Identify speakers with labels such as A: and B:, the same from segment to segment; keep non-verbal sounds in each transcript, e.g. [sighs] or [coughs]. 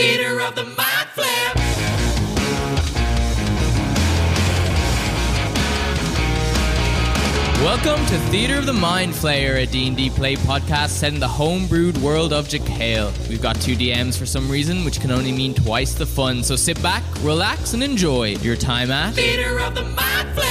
A: of the mind flip.
B: Welcome to Theatre of the Mind Flayer, a D&D play podcast set in the homebrewed world of Jekyll. We've got two DMs for some reason, which can only mean twice the fun. So sit back, relax, and enjoy your time at...
A: Theater of the mind flip.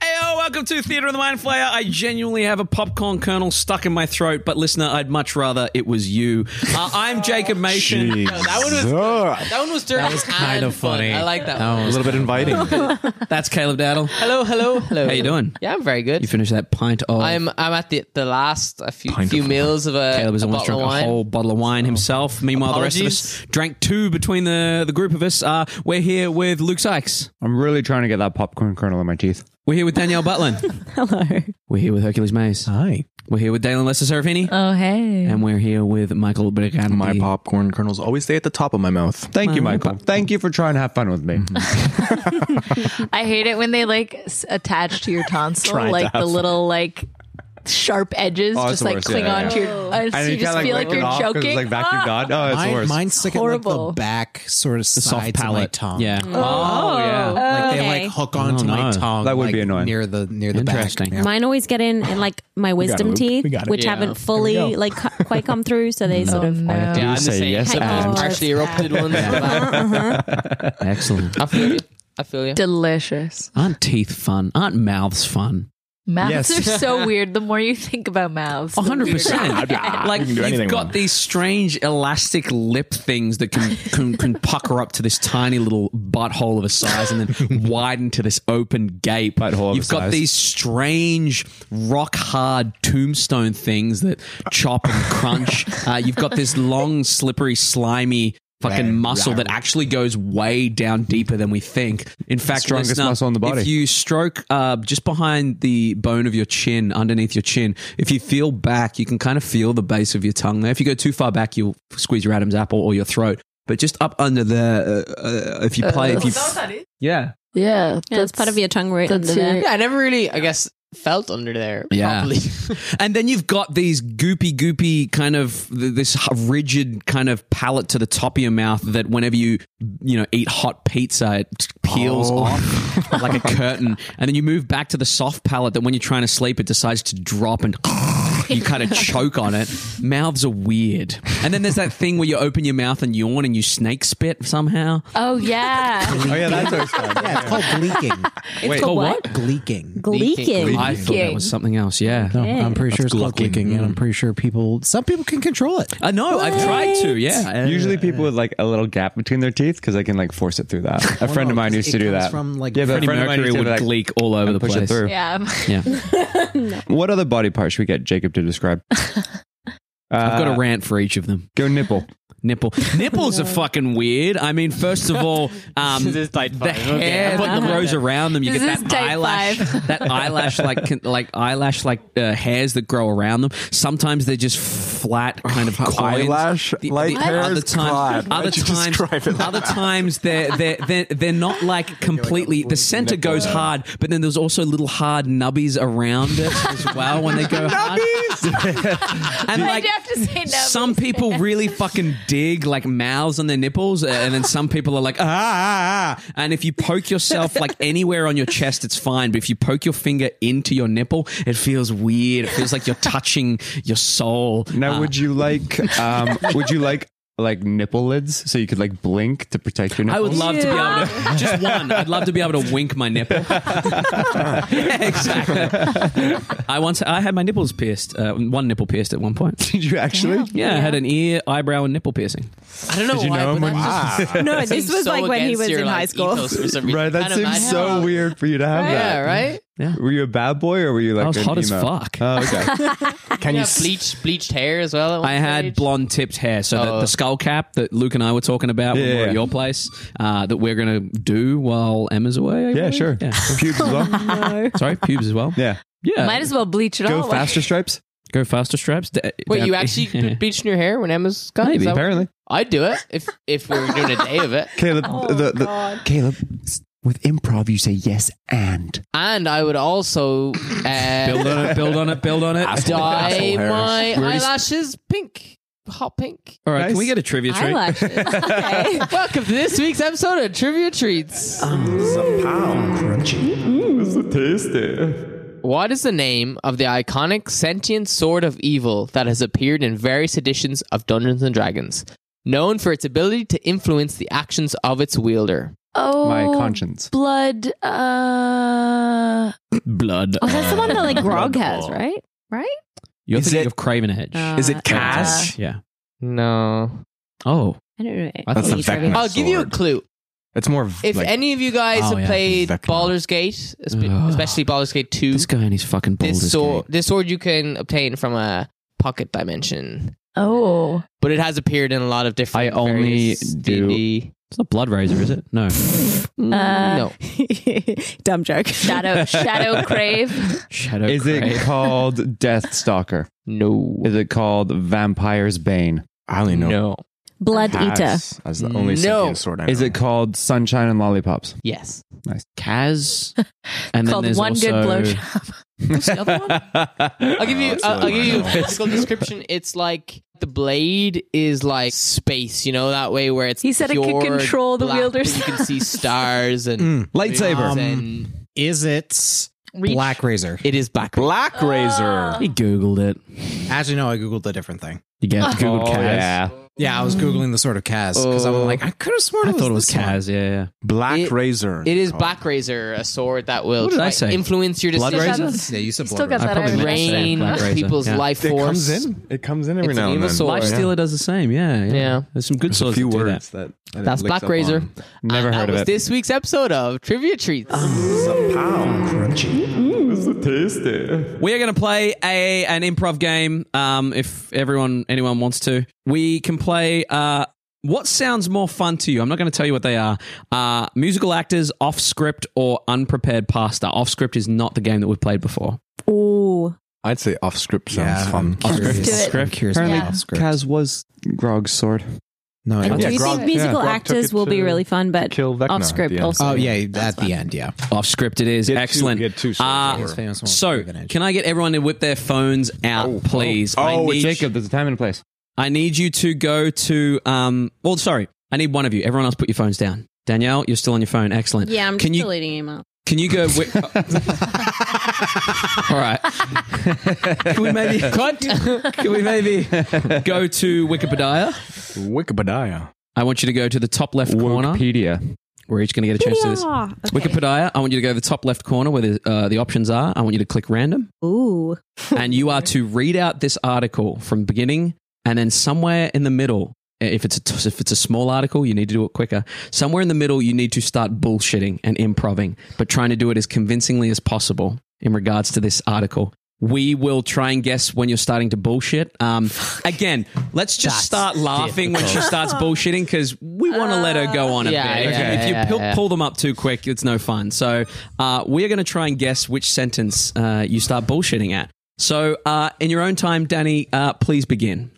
C: Heyo, oh, welcome to Theatre of the Mind Flayer. I genuinely have a popcorn kernel stuck in my throat, but listener, I'd much rather it was you. Uh, I'm Jacob
D: [laughs]
C: Mason.
B: That one was...
D: Ugh.
B: That one was dirty. That was
E: kind of funny.
B: I like that,
D: a
B: one.
D: little bit inviting.
C: [laughs] That's Caleb Dowdle.
B: Hello, hello, hello.
C: How you doing?
B: Yeah, I'm very good.
C: You finished that pint of.
B: I'm I'm at the the last a few
D: Pint
B: few
D: of
B: meals of a,
C: Caleb has
B: a
C: almost
B: bottle
C: drunk
B: of wine.
C: a whole bottle of wine himself. Meanwhile, the rest
B: Apologies.
C: of us drank two between the, the group of us. Uh, we're here with Luke Sykes.
D: I'm really trying to get that popcorn kernel in my teeth.
C: We're here with Danielle Butlin.
F: Hello.
C: we're here with Hercules Mays.
D: Hi.
C: We're here with Dalen Lester Serafini.
F: Oh, hey.
C: and we're here with Michael Brigante.
G: My popcorn kernels always stay at the top of my mouth.
D: Thank you, Michael. Thank you for trying to have fun with me.
H: Mm-hmm.
D: [laughs]
F: I hate it when they like s- attach to your tonsil,
D: to
F: like
D: have
F: the little like sharp edges
D: Oh, it's
F: just
D: the
F: like
D: worst.
F: cling
D: Yeah,
F: on
D: yeah.
F: to your. Uh, so
D: And
F: you
D: you
F: just
D: kind of
F: feel like
D: like lick it
F: you're
D: off because
F: choking.
D: it's like vacuum god. Oh, it's the
E: Mine-
D: worst.
E: Mine's sick at
F: Horrible.
E: like the back sort of
C: the soft
E: sides of my
C: palate.
E: tongue.
C: Yeah.
F: Oh,
C: yeah.
E: Like they
I: Okay.
E: like hook onto
C: no.
E: my tongue.
D: Oh, That would
E: like,
D: be annoying.
E: Near the near the
C: Interesting.
E: back. Yeah.
I: Mine always get in and like my wisdom
D: Luke.
I: teeth,
G: We got it.
I: which
B: Yeah.
I: haven't fully
G: There we go.
I: like cu- quite come through, so they sort of.
F: no.
B: yeah, I'm the
D: say
B: same.
D: yes
B: except for
I: and-
C: [laughs]
B: the partially erupted ones.
C: Excellent.
B: I feel you. I feel you.
F: Delicious.
C: Aren't teeth fun? Aren't mouths fun?
F: Mouths
G: Yes.
F: are so weird. The more you think about mouths, the
C: hundred percent. Like
D: You can do
C: you've
D: anything
C: got
D: with
C: these strange elastic lip things that can, can
D: [laughs]
C: can pucker up to this tiny little butthole of a size and
D: [laughs]
C: then widen to this open gape.
D: Butthole of a
C: you've got
D: size.
C: these strange rock hard tombstone things that chop and
D: [laughs]
C: crunch. uh, you've got this long, slippery, slimy. Fucking muscle that actually goes way down deeper than we think. In fact,
D: Strongest
C: listener,
D: muscle in the
C: if
D: body.
C: you you stroke uh, just behind the bone of your chin, underneath your chin. If you feel back, you can kind of feel the base of your tongue there. If you go too far back, you'll squeeze your Adam's apple or your throat. But just up under there, uh, uh, if you play, if you
F: Uh,
C: yeah,
F: yeah,
I: Yeah, it's part of your tongue root
F: Uh, that's
I: under there.
F: your-
B: Yeah, I never really, I guess, felt under there.
C: Yeah.
B: Probably.
C: and then you've got these goopy, goopy kind of th- this h- rigid kind of palate to the top of your mouth that whenever you you know eat hot pizza, it peels
B: Oh. [laughs]
C: off like a curtain, and then you move back to the soft palate that when you're trying to sleep, it decides to drop and. [laughs] You kind of choke on it. Mouths are weird. And then there's that thing where you open your mouth and yawn and you snake spit somehow.
F: Oh yeah.
D: Oh, yeah, that's always fun.
E: Yeah, it's called bleaking.
I: It's called what?
E: Gleeking.
I: Gleeking.
C: I thought that was something else. Yeah.
E: No, I'm pretty sure it's called
D: gleeking.
E: gleeking, and I'm pretty sure people, some people can control it.
C: I know. I've tried to. Yeah.
D: Usually people with like a little gap between their teeth because they can like force it through that.
C: [laughs]
D: A
E: Well,
D: friend
E: no,
D: of mine
C: Oh,
E: 'cause
D: used
E: it
D: to do
E: comes
D: that.
E: from, like,
D: yeah, but a
C: Freddie
D: friend of mine
C: Mercury
D: used to
C: would
D: do that.
C: gleek all over the
D: push
C: place.
D: it through.
F: yeah.
I: [laughs]
C: Yeah. [laughs]
D: What other body part should we get Jacob
C: [laughs]
D: to describe?
C: I've got
D: Uh,
C: a rant for each of them.
D: Go nipple.
C: [laughs] Nipple. Nipples are fucking weird. I mean, first of all, um,
B: This is type
C: the
B: five, okay.
C: hair
B: Put
C: that
B: them
C: grows around them. You
F: This
C: get
F: is
C: that
F: type
C: eyelash,
F: five.
C: [laughs] that eyelash like con- like eyelash like uh, hairs that grow around them. Sometimes they're just flat kind of coins.
G: Eyelash like hairs?
C: Other times,
G: God,
C: other
G: why'd you
C: times,
G: describe it like
C: other times they're they're they're,
G: [laughs]
C: they're not like completely. the center goes hard, but then there's also little hard nubbies around it
G: [laughs]
C: as well when they go hard. and
F: Why'd you have to say nubbies?
C: Some people really fucking dig like mouths on their nipples, uh, and then some people are like "Ah, ah, ah. And if you poke yourself like anywhere on your chest, it's fine. But if you poke your finger into your nipple, it feels weird. It feels like you're touching your soul.
D: Now,
C: Uh,
D: would you like? Um, would you like like nipple lids so you could like blink to protect your nipples?
C: I would love to be able to
D: [laughs]
C: just one. I'd love to be able to wink my nipple. [laughs] yeah, exactly. I once I had my nipples pierced, uh, one nipple pierced at one point.
D: [laughs] Did you actually?
C: Yeah, I had an ear, eyebrow, and nipple piercing.
B: [laughs] I don't know
D: Did you
B: why.
D: know
B: but
D: him when
B: that
D: you-
B: just [laughs]
D: [laughs]
I: No, this
B: seems
I: was
B: so
I: like when he
B: against
I: was
B: your,
I: in high
B: like,
I: school.
B: ethos for some reason.
D: Right, that
B: Kinda
D: seems
B: mad.
D: so weird for you to have
B: Yeah,
D: that.
B: right.
D: Were you a bad boy or were you like
C: I was
D: an
C: hot as
D: emo?
C: fuck.
D: Oh,
C: [laughs]
D: okay.
B: [laughs]
G: Can you
B: Yeah,
G: s-
B: bleached bleached hair as well. at one
C: I had
B: stage.
C: blonde tipped hair, so the,
B: Oh.
C: the skull cap that Luke and I were talking about when we were
D: Yeah.
C: at your place, uh, that we're gonna do while Emma's away. I
D: Yeah,
C: believe?
D: sure.
C: Yeah.
D: [laughs] Pubes as well.
I: No.
C: Sorry, pubes as well.
D: Yeah.
C: Yeah,
F: might as well bleach it
D: Go
F: all.
D: faster stripes.
C: go faster straps. D-
B: Wait,
C: down-
B: you actually
C: [laughs]
B: ble- bleached your hair when Emma's gone? Is
C: Maybe.
B: that what-
D: Apparently,
B: I'd do it if if we were doing a day of it.
D: Caleb.
C: Oh,
D: the, the,
G: Caleb, s- with improv, you say yes and.
B: And I would also
C: build
B: uh, [laughs]
C: on it, build on it, build on it.
G: Asshole- asshole
B: dye
G: hair.
B: my
G: We're just-
B: eyelashes pink. hot pink.
C: All right,
D: Nice.
C: can we get a trivia
I: I
C: treat? [laughs]
I: like it. Okay.
B: [laughs]
I: Oh.
B: Welcome to this week's episode of Trivia Treats.
C: Mm-hmm.
B: What is the name of the iconic sentient sword of evil that has appeared in various editions of Dungeons and Dragons, known for its ability to influence the actions of its wielder?
F: [laughs] Oh,
D: My conscience.
F: Blood. Uh,
C: Blood.
I: Oh, that's the one that like Grog has, right? Right?
C: You're
G: Is
C: thinking
G: it-
C: of Craven Edge.
G: Is it
I: Uh,
G: Cass?
C: yeah.
B: No.
C: Oh,
I: I don't know.
C: That's
I: Maybe
G: the
I: trivia.
G: Vecna.
B: I'll give you a
G: sword.
B: clue.
G: It's more
B: If any of you guys
C: Oh,
B: have
C: yeah.
B: played
G: Vecna.
B: Baldur's Gate, espe-
C: Ugh.
B: especially Baldur's Gate 2,
C: this guy and his fucking boulders.
B: this sword, this sword you can obtain from a pocket dimension,
F: oh,
B: but it has appeared in a lot of different.
D: I only
B: various
D: do-
B: D&D.
C: It's not Blood Razor, is it?
B: [laughs]
C: No.
F: Uh,
B: no.
I: [laughs] Dumb joke. [laughs]
F: shadow, shadow crave.
C: Shadow.
D: Is it
C: [laughs]
D: called Death Stalker?
B: No.
D: Is it called Vampire's Bane?
G: I only know
B: No.
I: Blood Eater.
G: Cass as the
B: No.
G: only sentient sword I know.
D: Is it called Sunshine and Lollipops?
B: Yes.
C: Kaz? And then
F: Called
C: there's
F: one
C: also
F: good blowjob.
C: [laughs]
J: [laughs]
B: I'll give you.
G: that's the
B: I'll, I'll
G: other one
B: give
G: I
B: you a
G: know.
B: physical description. It's like the blade is like space. You know that way where it's.
F: He said it could
B: pure
F: control the
B: black,
F: wielder.
B: but You can see stars and
E: Mm.
G: lightsaber?
E: Um,
B: and
E: Is it
F: Reach.
E: Black Razor?
B: it is black.
G: Black
I: Ah.
G: Razor.
C: He googled it.
E: As you know, I googled a different thing.
I: Oh,
C: You get googled Kaz.
E: Yeah, I was googling the sword of Kaz because I'm like, I could have sworn
C: I
E: it was
C: thought it was
E: this one.
C: Kaz. Yeah, yeah.
G: Uh, Black
B: It-
G: Razor. Oh.
B: It is Black Razor, a sword that will
C: What did I
B: try-
C: say?
B: influence your
C: Blood
B: decisions,
F: razor?
E: Yeah, you said
F: Still
E: Blood
F: got
E: Razor.
C: I
F: that
C: probably
F: Irish
C: mixed it up,
B: reign
C: Black Razor,
B: people's
C: yeah.
B: life
G: It
B: force.
G: comes in. It comes in every
B: It's an
G: now and
B: evil
G: then.
B: sword.
C: Life Stealer does the same. Yeah, yeah.
B: Yeah.
C: There's some good
G: There's a
C: swords
G: few
C: that do that.
G: words that. that it
B: That's
G: licks
B: Black
G: up
B: Razor.
G: on.
D: Never
B: And
D: heard
B: that
D: of
B: was
D: it.
B: this week's episode of Trivia Treats. Mm-hmm.
C: We are going to play a an improv game. Um, if everyone anyone wants to, we can play. Uh, what sounds more fun to you? I'm not going to tell you what they are. Uh, musical actors, off script, or unprepared pasta. Off script is not the game that we've played before.
I: [laughs] Ooh.
G: I'd say off script sounds
E: Yeah, I'm
G: fun.
E: curious.
I: Do it.
E: I'm curious about
F: Yeah.
E: off script.
D: Kaz was Grog's sword.
E: No,
I: I
E: it
I: do
E: was.
I: think
G: Grog-
I: musical
G: yeah, Grog
I: actors
G: took it
I: will be
G: to
I: really fun, but
G: kill Vecna
I: off
G: at
I: script
G: the end.
I: also.
E: Oh yeah, at the end, yeah.
C: Off script, it is
G: He had two-
C: excellent.
G: he had two swords
C: Uh,
G: that were-
E: Famous one.
C: so,
E: Craven Edge.
C: can I get everyone to whip their phones out, please? I
D: Oh,
C: need-
D: Jacob, there's a time and a place.
C: I need you to go to. Um, well, sorry. I need one of you. Everyone else, put your phones down. Danielle, you're still on your phone. Excellent.
I: Yeah, I'm
C: Can you
I: deleting him out.
C: can you go?
D: [laughs]
C: Whip- All right. Can we
D: [laughs]
C: maybe
A: [laughs]
C: cut? Can we maybe go to Wikipedia?
G: Wikipedia.
C: I want you to go to the top left corner.
D: Wikipedia.
C: We're each going to get a chance to this.
I: Yeah. Okay.
C: Wikipedia. I want you to go to the top left corner where the, uh, the options are. I want you to click random,
I: Ooh.
C: and you are to read out this article from beginning, and then somewhere in the middle. If it's a t- if it's a small article, you need to do it quicker. Somewhere in the middle, you need to start bullshitting and improving, but trying to do it as convincingly as possible in regards to this article. We will try and guess when you're starting to bullshit. Um, again, let's just
B: That's
C: start laughing when she starts bullshitting because [laughs] we want to let her go on a
B: Yeah,
C: bit. If you-
B: yeah,
C: if you
B: yeah,
C: pull,
B: yeah.
C: pull them up too quick, it's no fun. So uh, we're going to try and guess which sentence uh, you start bullshitting at. So uh, in your own time, Danny, uh, please begin.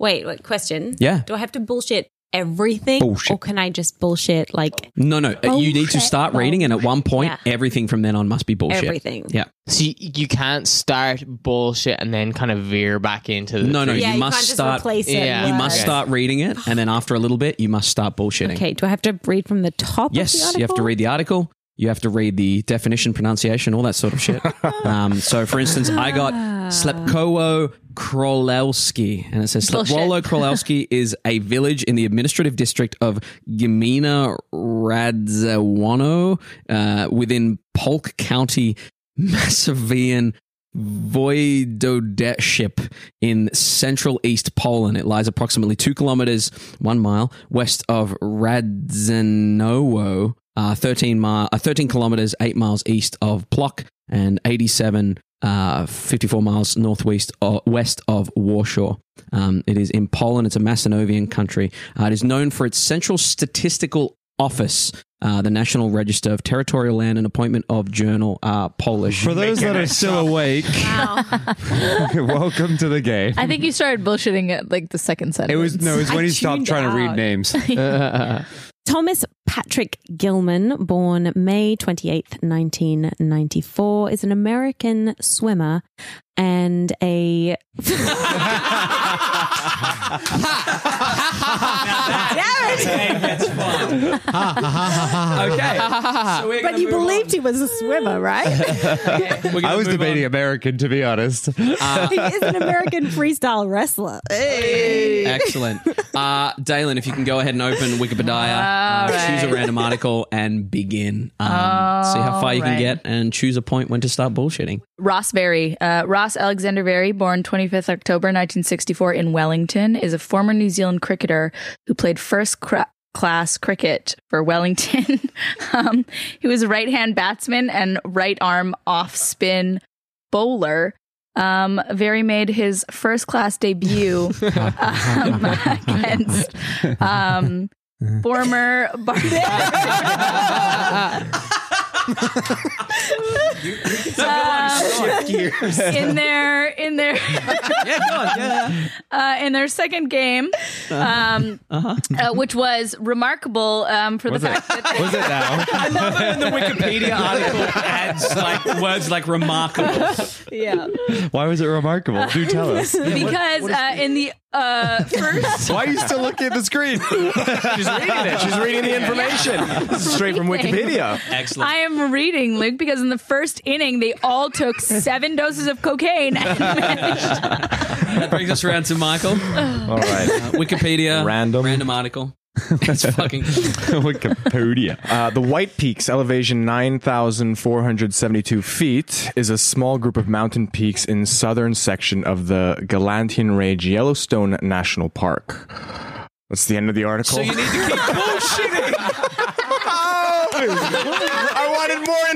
I: Wait, wait, question.
C: Yeah.
I: Do I have to bullshit everything? Or can I just bullshit like
C: No, no, uh, you need to
I: Bullshit.
C: start reading, and at one point,
I: Yeah.
C: everything from then on must be bullshit.
I: everything?
C: Yeah.
B: So you, you can't start bullshit and then kind of veer back into the.
C: No, no,
I: Yeah,
C: you,
I: you,
C: must
I: can't just
C: start.
I: replace it.
B: Yeah.
I: with-
C: You must
B: Okay.
C: start reading it, and then after a little bit, you must start bullshitting.
I: Okay, do I have to read from the top? of the
C: Yes, you have to
I: article?
C: read the article. You have to read the definition, pronunciation, all that sort of shit. um, so, for instance, I got Slepkowo Krolewski, and it says
F: Bullshit.
C: Slepkowo Krolewski is a village in the administrative district of Gmina Radziwano uh, within Polk County, Masovian voivodeship in central east Poland. It lies approximately two kilometers, one mile, west of Radzenowo, uh, 13, mi- uh, 13 kilometers, eight miles east of Plock, and 87, uh, 54 miles northwest uh, west of Warsaw. Um, it is in Poland. It's a Macedonian country. Uh, it is known for its central statistical office, uh, the National Register of Territorial Land and Appointment of Journal uh, Polish.
D: For those that are still
K: [laughs]
D: awake, [laughs] welcome to the game.
F: I think you started bullshitting at like the second sentence.
D: It was no, it was
I: I
D: when he
A: [laughs]
I: tuned [laughs]
D: stopped trying to read
I: out.
D: names.
B: no.
I: Thomas Patrick Gilman, born May 28th, 1994, is an American swimmer and a. [laughs]
D: [laughs]
B: okay.
K: But you believed he was a swimmer, right?
D: I was debating American, to
C: [laughs]
D: be honest.
K: [laughs] he is an American freestyle wrestler.
C: Excellent. Uh, Dalen, if you can go ahead and open Wikipedia, uh, choose a random article and begin. Um, see how far you can
F: Alright.
C: get and choose a point when to start bullshitting.
F: Ross Berry. Uh, Ross Alexander Berry, born 25th October 1964 in Wellington, is a former New Zealand cricketer who played first cra- class cricket for Wellington. [laughs] um, he was a right hand batsman and right arm off spin bowler. Um, Very made his first class debut um, against um, former Bar- Um, in their in their uh, in their second game,
C: Mm.
F: um,
C: Uh-huh.
F: uh, which was remarkable um, for the fact
D: [laughs]
F: that
D: Was it now?
C: [laughs] I love it when the Wikipedia article adds like words like remarkable.
F: [laughs] yeah,
D: [laughs] Why was it remarkable? Do tell us.
F: because uh, in the
D: [laughs]
F: uh,
H: [laughs]
F: first
D: Why are you still looking at the screen?
H: She's reading it. She's reading the information. This is straight from Wikipedia.
F: [laughs]
C: Excellent.
F: I am reading Luke because in the first inning they all
D: [laughs]
F: took seven doses of cocaine and [laughs] managed
C: That brings us around to Michael. Uh,
D: All right.
C: Wikipedia,
H: Random.
C: random article. That's fucking.
D: [laughs] Wikipedia.
H: [laughs] Uh, the White Peaks, elevation 9,472 feet, is a small group of mountain peaks in southern section of the Galantian Range Yellowstone National Park. That's the end of the article.
C: So you
A: [laughs]
C: need to keep bullshitting.
H: [laughs] I wanted more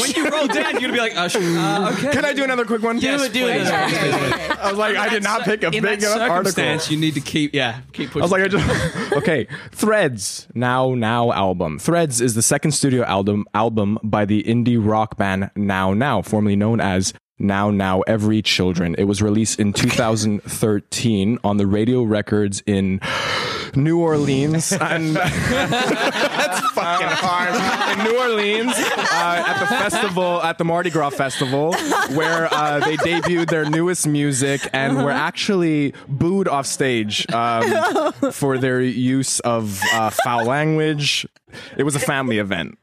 C: [laughs] When you roll down, you're gonna be like, uh, sh- uh, okay.
H: Can I do another quick one?
C: Do it, do it.
H: I was like, I did not pick a
C: In
H: big
C: that
H: enough article.
C: circumstance, you need to keep, yeah, keep pushing.
H: I was like, I just [laughs] okay. Threads now now album. Threads is the second studio album album by the indie rock band Now Now, formerly known as Now Now Every Children. It was released in 2013 on the Radio Records in New Orleans, and that's fucking hard in New Orleans uh, at the festival at the Mardi Gras festival where uh, they debuted their newest music and
F: Uh-huh.
H: were actually booed off stage
F: [laughs]
H: um, for their use of uh, foul language. It was a
C: [laughs]
H: family event.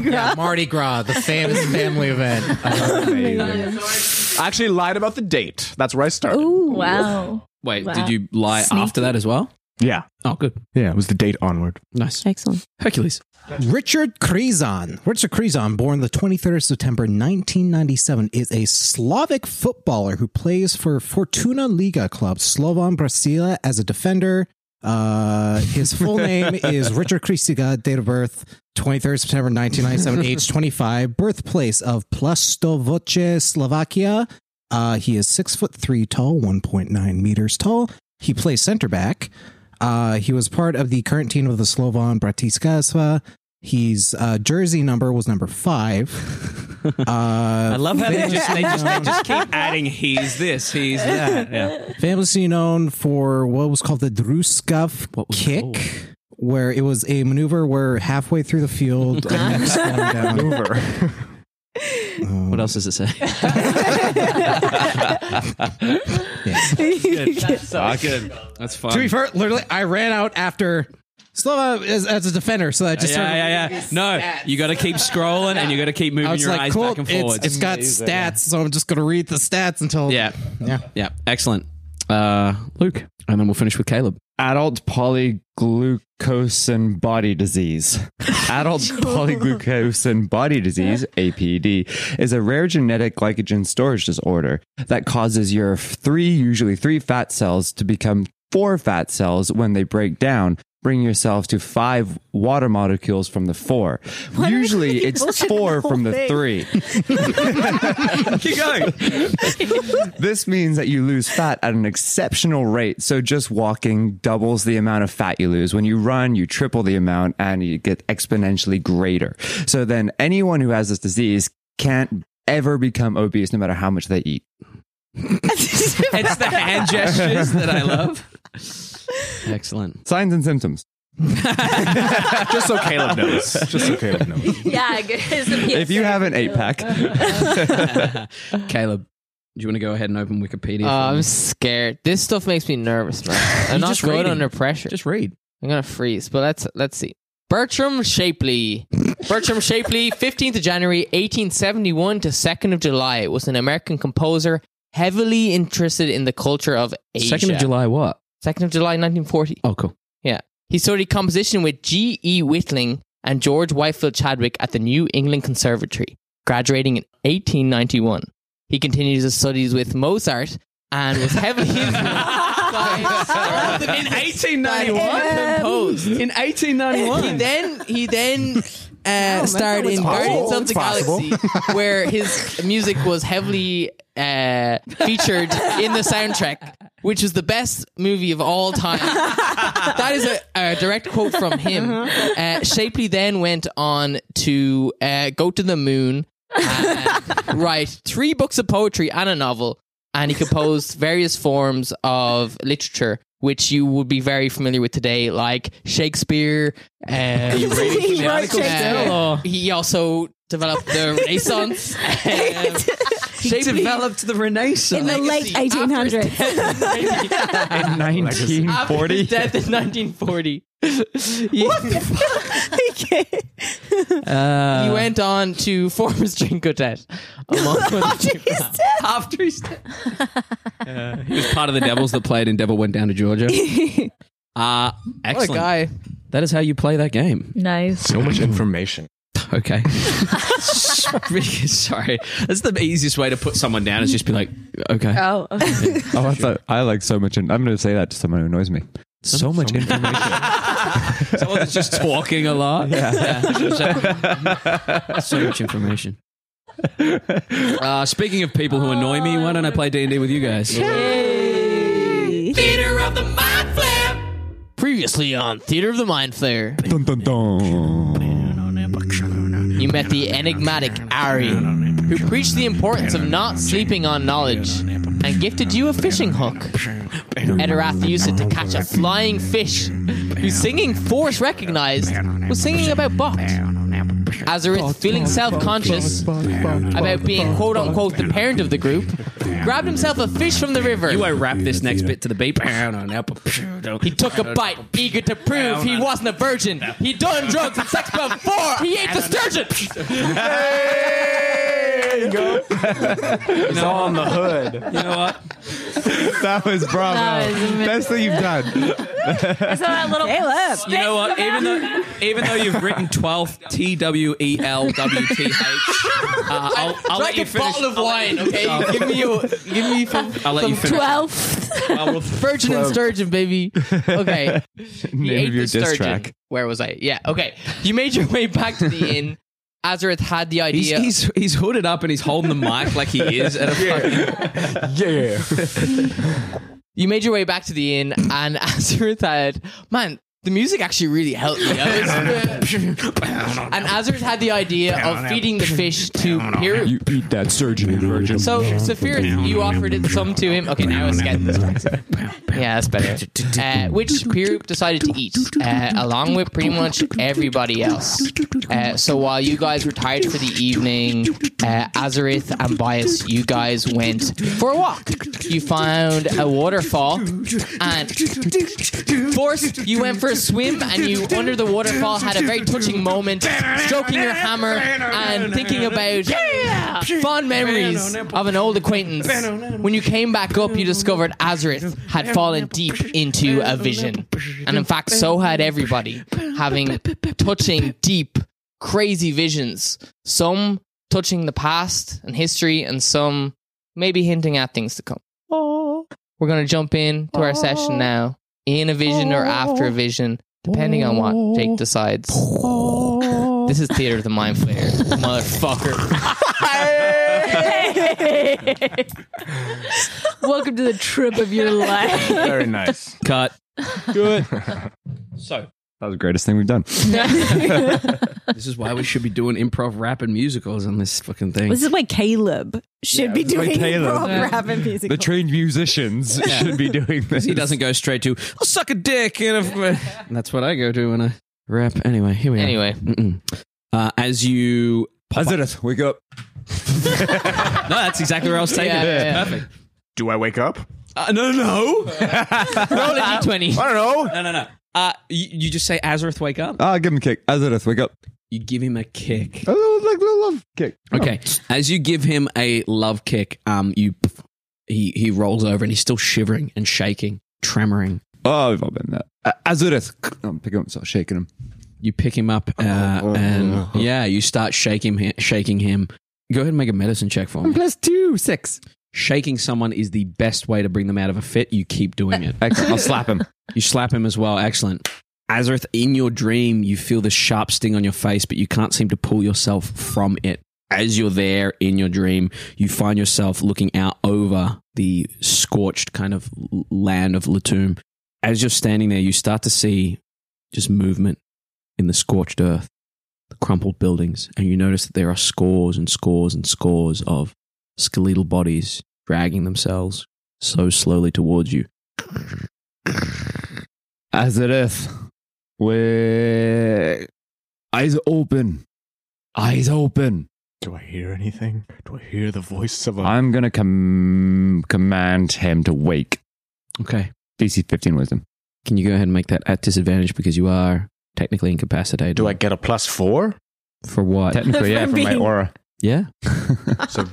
E: Yeah, Mardi Gras, the famous family event.
H: I actually lied about the date. That's where I started.
F: wow.
C: Wait, did you lie after that as well?
H: Yeah,
C: Oh, good.
H: yeah. It was the date onward.
C: Nice.
I: Excellent.
C: Hercules.
E: Richard Krizan. Richard Krizan, born the 23rd of September 1997, is a Slavic footballer who plays for Fortuna Liga club Slovan Brasilia as a defender. Uh, his full name
H: [laughs]
E: is Richard Kristiga, date of birth 23rd September
C: [laughs]
E: 1997, age 25, birthplace of Plastovoce, Slovakia. Uh, he is six foot three tall, 1.9 meters tall. He plays center back. Uh, he was part of the current team of the Slovan Bratislava. His uh, jersey number was number
C: [laughs]
E: five.
C: I
E: Uh,
C: love how they just, they just, they just [laughs] keep adding he's this, he's that. Yeah.
E: famously known for what was called the Druskov
C: What was it
E: kick,
C: called?
E: where it was a maneuver where halfway through the field, and
C: [laughs]
E: you slam down.
H: Over.
C: What else does it say? That's so good. That's fun.
E: To be fair, literally, I ran out after Slova as, as a defender, so I just
C: yeah,
E: sort of-
C: yeah, yeah. No, you got to keep scrolling and you got to keep moving
E: I was
C: your
E: like,
C: eyes
E: cool,
C: back and
E: it's-
C: forwards.
E: it's got stats, so I'm just gonna read the stats until
C: yeah, [laughs]
E: yeah.
C: yeah. Excellent. Uh, Luke, and then we'll finish with Caleb.
D: Adult polyglucosan body
K: [laughs]
D: disease. Adult polyglucosan body disease, APD, is a rare genetic glycogen storage disorder that causes your three, usually three fat cells to become four fat cells when they break down, bringing yourself to five water molecules from the four. usually it's four
K: whole
D: from the
K: thing?
D: three.
C: Keep going.
D: This means that you lose fat at an exceptional rate. So just walking doubles the amount of fat you lose. When you run, you triple the amount and you get exponentially greater. So then anyone who has this disease can't ever become obese no matter how much they eat.
B: [laughs]
C: It's the hand gestures that I love. Excellent.
D: Signs and symptoms.
H: [laughs] Just so Caleb knows. Just so Caleb
F: [laughs]
H: knows.
F: yeah, good. It's a
D: If you
F: PSA.
D: have an eight
C: [laughs]
D: pack,
C: Caleb, do you want to go ahead and open Wikipedia?
B: Uh,
C: for me?
B: I'm scared. This stuff makes me nervous,
C: [laughs]
B: man. I'm
C: You're
B: not
C: just
B: good
C: reading.
B: under pressure.
C: Just read.
B: I'm gonna freeze, but let's let's see. Bertram
C: [laughs]
B: Shapley. Bertram Shapley, 15th of January 1871 to 2nd of July, was an American composer heavily interested in the culture of Asia.
C: Second of July, what?
B: 2nd of July 1940.
C: Oh, cool.
B: Yeah. He studied composition with G. E. Whitling and George Whitefield Chadwick at the New England Conservatory, graduating in 1891. He continued his studies with Mozart and was heavily influenced [laughs] by all the music that he
C: 1891.
B: composed.
C: In
B: He
C: 1891.
B: then he
I: [laughs]
B: then
I: Oh,
B: uh, starred in Guardians of the Galaxy, [laughs] where his music was heavily uh, featured in the soundtrack, which was the best movie of all time. that is a, a direct quote from him. Uh, Shapley then went on to uh, go to the moon, and [laughs] write three books of poetry and a novel, and he composed various forms of literature. Which you would be very familiar with today, like Shakespeare. Uh, [laughs]
K: He wrote Shakespeare.
B: uh, he also developed the Renaissance. Um,
C: They
B: Shapley-
C: developed the
K: in
C: Renaissance.
K: the late
B: Legacy. After his
K: 1800s.
B: [laughs] death-
D: in 1940.
B: um, Death in 1940. He-
I: [laughs]
A: [laughs]
K: Okay.
B: [laughs] he went on to form his string quartet. Among other things. After his
I: [laughs]
B: death.
C: [laughs] He was part of the Devils that played and Devil went down
B: [laughs]
C: to Georgia. Ah,
B: What a
C: excellent.
B: guy.
C: That is how you play that game.
F: nice.
H: [laughs] So much information. [laughs]
C: Okay. [laughs] Sorry. That's the easiest way to put someone down is just be like, okay.
D: [laughs]
F: Oh, okay.
D: Oh, I thought I like so much. In- I'm going to say that to someone who annoys me. So much information.
C: Someone that's just talking a lot. Yeah. So, so much
H: [laughs]
C: information. Uh, speaking of people who annoy me, why don't I play D&D with you guys?
A: Theater of the Mind Flip.
B: Previously on Theater of the Mind Flare,
D: dun, dun, dun.
B: you met the enigmatic Ari, who preached the importance of not sleeping on knowledge and gifted you a fishing hook. Edirath used it to catch a flying fish, whose singing Force recognized was singing about Bot. Azarith, feeling self conscious about being quote unquote the parent of the group, grabbed himself a fish from the river.
C: Do I wrap this next bit to the beat?
B: He took a bite, eager to prove he wasn't a virgin. He'd done drugs and sex before. He ate the sturgeon.
D: [laughs]
H: It's all on the hood.
C: You know what?
D: That was bravo.
F: That was amazing.
D: Best thing you've done.
F: so that little
K: Caleb.
C: You know what? Even though, even though you've written 12 T W E L W T H, uh, I'll, I'll let
B: Like
C: you
B: a
C: finish.
B: bottle of
C: I'll let
B: wine,
C: you-
B: okay?
C: I'll-
B: give me your, give me some
C: I'll let you finish.
F: twelfth.
B: [laughs]
D: [laughs]
B: virgin and sturgeon, baby. Okay. He
D: Name
B: ate
D: of your
B: the
D: diss
B: sturgeon.
D: track.
B: Where was I? Yeah. Okay. You made your way back to
D: [laughs]
B: the inn. Azareth had the
C: He's,
B: idea.
C: he's he's hooded up and he's holding the
B: [laughs]
C: mic like he is at a fucking.
H: Yeah.
B: you made your way back to the
D: [laughs]
B: inn, and Azareth had, man, the music actually really helped
D: [laughs]
B: me. I was- and Azareth had the idea of feeding the fish to Piru.
H: You eat that surgeon and virgin.
B: So, Saphir, you offered it some to him. Okay, now it's getting Yeah, that's better. Uh, which Pirup decided to eat, uh, along with pretty much everybody else. Uh, so while you guys retired for the evening, uh, Azareth and Bias, you guys went for a walk. You found a waterfall, and Force, you went for a swim, and you, under the waterfall, had a very touching moment, stroking your hammer and thinking about fond memories of an old acquaintance. When you came back up, you discovered Azareth had fallen deep into a vision. And in fact, so had everybody, having touching deep, crazy visions. Some touching the past and history, and some maybe hinting at things to come.
I: Oh.
B: We're going to jump in to our session now in a vision or after a vision, depending on what Jake decides. This is Theater of the Mind Flayer, motherfucker.
F: Welcome to the trip of your life.
H: Very nice.
C: Cut.
H: Good.
C: So
D: That was the greatest thing we've done.
C: [laughs] this is why we should be doing improv rap and musicals on this fucking thing.
K: This is why Caleb should be
D: this is why
K: doing
D: Caleb-
K: improv
D: Yeah.
K: rap and music.
D: The trained musicians should
C: [laughs]
D: be doing this.
C: he doesn't go straight to I'll suck a dick, and, if, and that's what I go to when I rap. Anyway, here we
B: Anyway.
C: are. Anyway, uh, as you,
D: That's it. Wake up.
C: [laughs] no, that's exactly where I was taking
B: Yeah,
C: it.
B: yeah, yeah.
C: Perfect.
H: Do I wake up?
C: Uh, no, no,
B: Roll a d20.
H: I don't know.
C: no, no, no. Uh, you, you just say Azareth, wake up.
D: Ah, give him a kick. Azareth, wake up.
C: You give him a kick.
D: A little, like, little love kick.
C: Okay. As you give him a love kick, um, you he he rolls over and he's still shivering and shaking, tremoring.
D: Oh, we've all been there. A- Azareth. I'm picking him, so shaking him. Oh,
C: You pick him up, uh, and yeah, you start shaking him. Shaking him. Go ahead and make a medicine check for me.
D: Plus two, six.
C: Shaking someone is the best way to bring them out of a fit. You keep doing it.
D: Excellent. I'll slap him.
C: You slap him as well. Excellent. Azareth, in your dream, you feel the sharp sting on your face, but you can't seem to pull yourself from it. As you're there in your dream, you find yourself looking out over the scorched kind of l- land of Latum. As you're standing there, you start to see just movement in the scorched earth, the crumpled buildings, and you notice that there are scores and scores and scores of skeletal bodies dragging themselves so slowly towards you.
D: Azareth. Wait. Eyes open. Eyes open.
H: Do I hear anything? Do I hear the voice of a?
D: I'm going to com- command him to wake.
C: Okay.
D: DC 15 wisdom.
C: Can you go ahead and make that at disadvantage because you are technically incapacitated?
H: Do I get a plus four?
C: For what?
D: Technically,
H: [laughs]
D: yeah, from my
K: being-
D: aura.
C: yeah. [laughs]
H: so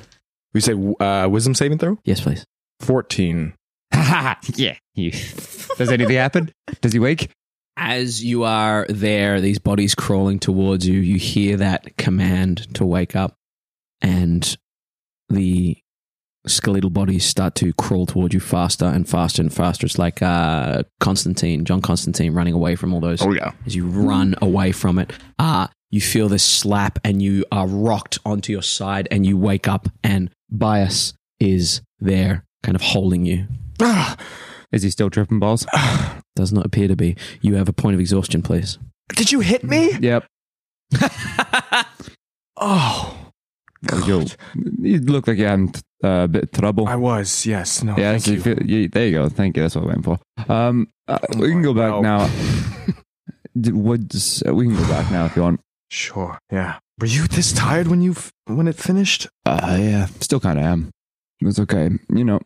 H: we say uh, wisdom saving throw.
C: Yes, please.
H: Fourteen.
D: [laughs] yeah. You. Does anything happen? Does he wake?
C: As you are there, these bodies crawling towards you, you hear that command to wake up, and the skeletal bodies start to crawl towards you faster and faster and faster. It's like uh, Constantine, John Constantine, running away from all those
H: yeah.
C: as you run away from it. Uh, you feel this slap and you are rocked onto your side and you wake up and Bias is there kind of holding you.
D: Is he still tripping balls?
C: [sighs] Does not appear to be. You have a point of exhaustion, please.
H: Did you hit me?
D: Yep.
H: Oh,
D: You, you look like you're having uh, a bit of trouble.
H: I was. Yes. No.
D: yeah,
H: Thank
D: so
H: you.
D: you feel- you- there you go. Thank you. That's what I went for. Um, uh, we can go back
H: Oh.
D: now. [laughs] D- what does- uh, we can go back now if you want.
H: Sure. Yeah. Were you this tired when you f- when it finished?
D: Uh, yeah, still kind of am. It's okay. You know,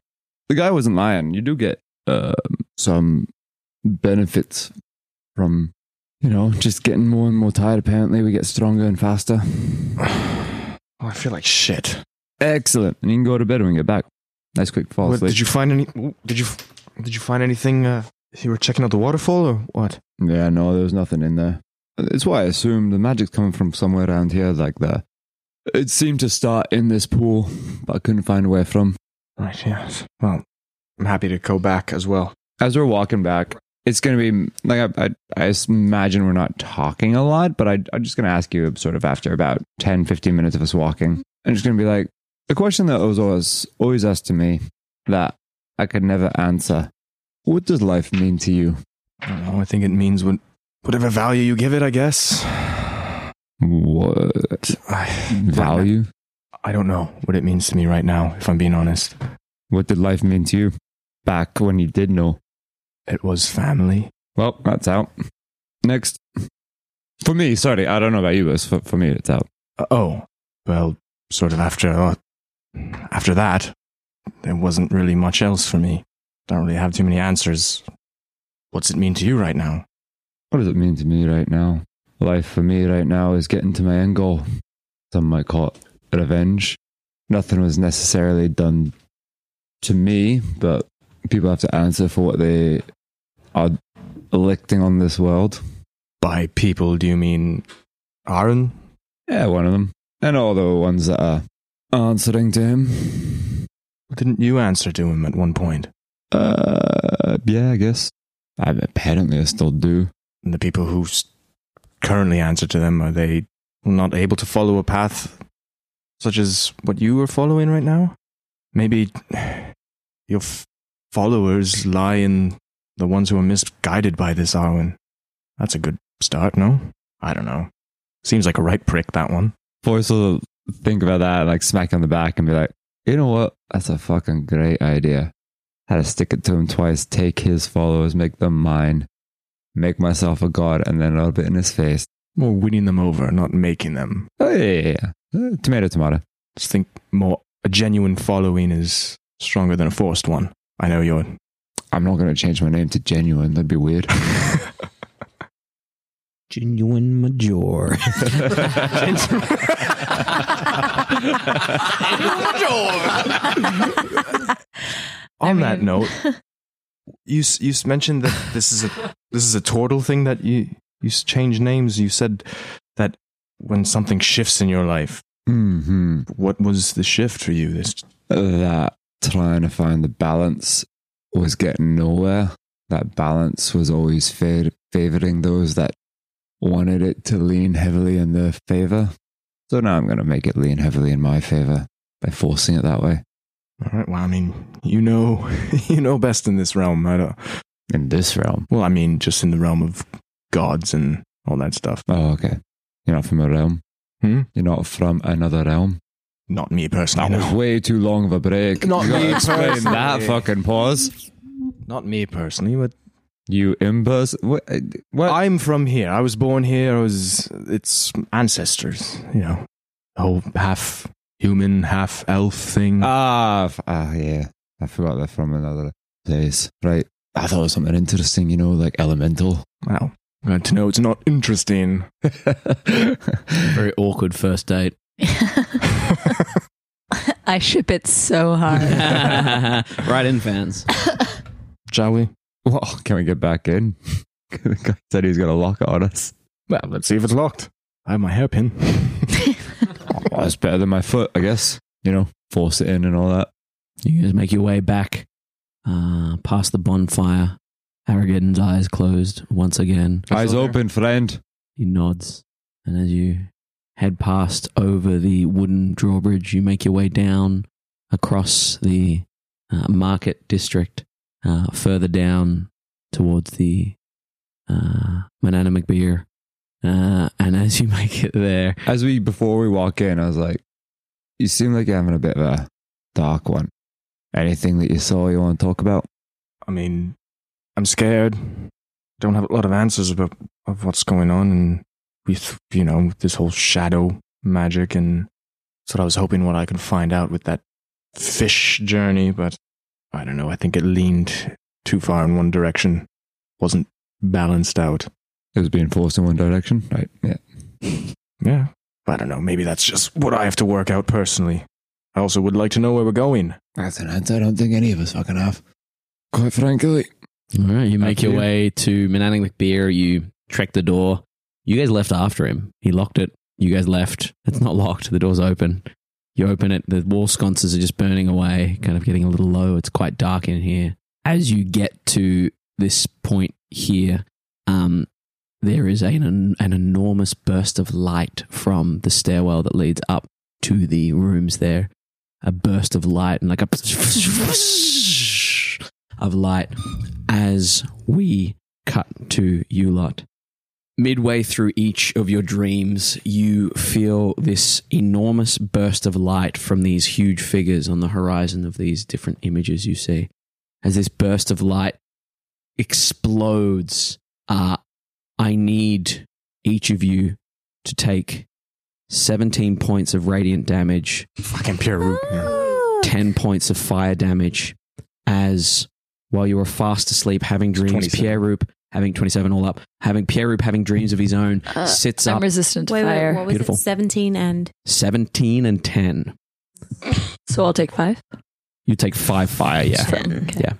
D: the guy wasn't lying. You do get uh, some benefits from, you know, just getting more and more tired. Apparently, we get stronger and faster.
H: Oh, I feel like shit.
D: Excellent. And you can go to bed when we get back. Nice quick fall
H: What,
D: asleep.
H: did you find any? Did you did you find anything? Uh, you were checking out the waterfall or what?
D: Yeah, no, there was nothing in there. It's what I assumed. The magic's coming from somewhere around here, like that. It seemed to start in this pool, but I couldn't find where from.
H: Right. Yes. Well, I'm happy to go back as well.
D: As we're walking back, it's going to be like I, I, I s- imagine we're not talking a lot, but I, I'm just going to ask you sort of after about 10, 15 minutes of us walking. I'm just going to be like, the question that was always, always asked to me that I could never answer What does life mean to you?
H: I don't know. I think it means what whatever value you give it. I guess.
D: What
H: I,
D: value?
H: I don't know what it means to me right now. If I'm being honest,
D: What did life mean to you back when you did know?
H: it was family.
D: Well, that's out. Next. For me, sorry, I don't know about you, but for, for me, it's out.
H: Uh, oh. Well, sort of after uh, after that, there wasn't really much else for me. Don't really have too many answers. What's it mean to you right now?
D: What does it mean to me right now? Life for me right now is getting to my end goal. Some might call it revenge. Nothing was necessarily done to me, but people have to answer for what they are electing on this world.
H: By people, do you mean Aaron?
D: Yeah, one of them. And all the ones that are answering to him.
H: Didn't you answer to him at one point?
D: Uh, yeah, I guess. I apparently I still do.
H: And the people who s- currently answer to them, are they not able to follow a path such as what you are following right now? Maybe your f- followers lie in the ones who are misguided by this, Arwen. That's a good start? No, I don't know. Seems like a right prick that one.
D: Force will think about that, and, like smack on the back, and be like, you know what? That's a fucking great idea. Had to stick it to him twice, take his followers, make them mine, make myself a god, and then rub it in his face.
H: More winning them over, not making them.
D: Oh, yeah, yeah, yeah. Uh, Tomato, tomato.
H: Just think more. A genuine following is stronger than a forced one. I know you're.
D: I'm not going to change my name to Genuine. That'd be
H: [laughs]
D: weird.
E: [laughs] Genuine
C: [laughs]
E: Major. [laughs]
D: [laughs]
H: On that note, you s- you s- mentioned that this is a this is a turtle thing that you you s- change names. You said that when something shifts in your life,
D: hmm
H: what was the shift for you? This
D: that trying to find the balance was getting nowhere. That balance was always fa- favoring those that wanted it to lean heavily in their favor. So now I'm going to make it lean heavily in my favor by forcing it that way.
H: all right? Well, I mean, you know, [laughs] you know best in this realm. I don't.
D: In this realm.
H: Well, I mean, just in the realm of gods and Hmm. all that stuff.
D: Oh, okay. You're not from a realm.
H: Hmm?
D: You're not from another realm.
H: Not me personally.
D: That was
H: no.
D: way too long of a break.
H: Not
D: you
H: me
D: gotta explain
H: personally.
D: that fucking pause.
H: Not me personally, but
D: You imbers. What? uh, what?
H: I'm from here. I was born here. I was it's ancestors, you know. The whole half human, half elf thing.
D: Ah, f- ah, yeah. I forgot they're from another place. Right. I thought it was something interesting, you know, like elemental.
H: wow. Glad to know it's not
D: [laughs]
H: interesting.
C: Very awkward first date.
F: [laughs] I ship it so hard.
C: [laughs]
H: [laughs]
C: right in, fans.
H: Shall we?
D: well, [laughs] can we get back in? the guy said he's going to lock it on us.
H: Well, let's see if it's locked. I have my hairpin.
D: Well, that's better than my foot, I guess. You know, force it in and all that.
C: You guys make your way back uh, past the bonfire. Harrigan's eyes closed once again.
D: Eyes open, friend.
C: He nods, and as you head past over the wooden drawbridge, you make your way down across the uh, market district, uh, further down towards the uh, Manana McBeer. Uh, and as you [laughs] make it there,
D: As we, before we walk in, I was like, you seem like you're having a bit of a dark one. Anything that you saw you want to talk about?
H: I mean, I'm scared. Don't have a lot of answers about of what's going on, and with you know this whole shadow magic, and that's what I was hoping what I could find out with that fish journey. But I don't know. I think it leaned too far in one direction. wasn't balanced out.
D: It was being forced in one direction. Right. Yeah.
H: Yeah. I don't know. Maybe that's just what I have to work out personally. I also would like to know where we're going.
D: That's an answer I don't think any of us fucking have. Quite frankly.
C: all right, you make
D: After
C: your
D: you.
C: way to Manana McBeer. You trek the door. You guys left after him. He locked it. You guys left. It's not locked. The door's open. You open it. The wall sconces are just burning away, kind of getting a little low. It's quite dark in here. As you get to this point here, um, there is an, an enormous burst of light from the stairwell that leads up to the rooms there. A burst of light and like a [laughs] of light as we cut to you lot. Midway through each of your dreams, you feel this enormous burst of light from these huge figures on the horizon of these different images you see. As this burst of light explodes, uh, I need each of you to take 17 points of radiant damage 10 points of fire damage as while you were fast asleep having dreams
H: 27.
C: pierre roop having 27 all up having pierre roop having dreams of his own
F: Uh,
C: sits
F: I'm
C: up
F: resistant to
I: Wait,
F: fire,
I: wait, what was
C: Beautiful.
I: it? 17 and
C: 17 and 10
F: so I'll take five.
C: you take five fire yeah
I: Ten.
C: yeah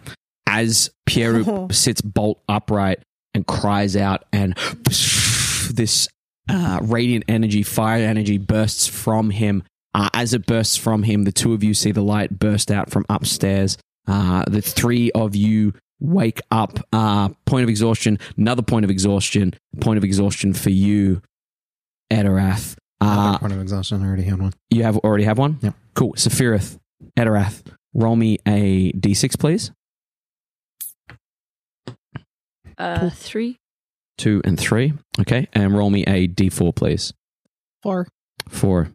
C: as pierre roop sits bolt upright and cries out and [laughs] this uh, radiant energy fire energy bursts from him Uh, as it bursts from him, the two of you see the light burst out from upstairs. Uh, the three of you wake up. Uh, point of exhaustion, another point of exhaustion, point of exhaustion for you, Edirath. Uh,
E: Point of exhaustion. I already had one.
C: you have already have one?
E: Yep.
C: Cool. Sephiroth, Edirath, roll me a d6, please.
F: Uh, three.
C: two, and three. Okay, and roll me a d4, please.
E: Four.
C: Four.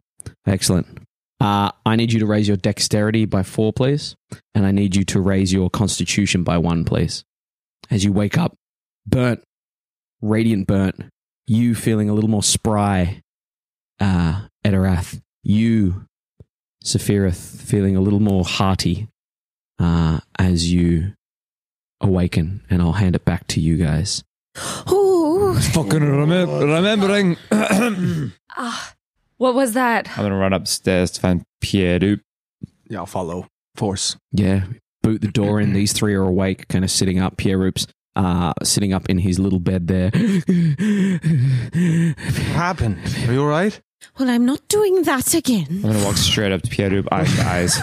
C: Excellent. Uh, I need you to raise your dexterity by four, please. And I need you to raise your constitution by one, please. As you wake up, burnt, radiant burnt, you feeling a little more spry, uh, Edirath. You, Sephiroth, feeling a little more hearty uh, as you awaken. And I'll hand it back to you guys.
I: Ooh.
D: Fucking remem- remembering. [coughs] I'm
F: Ah, what was that?
D: gonna run upstairs to find Pierre.
H: Yeah, I'll follow. Force.
C: Yeah, boot the door in. These three are awake, kind of sitting up. Pierre Roops uh, sitting up in his little bed there.
H: What happened? Are you all right?
I: Well, I'm not doing that again.
D: I'm gonna walk straight up to Pierre eyes to eyes.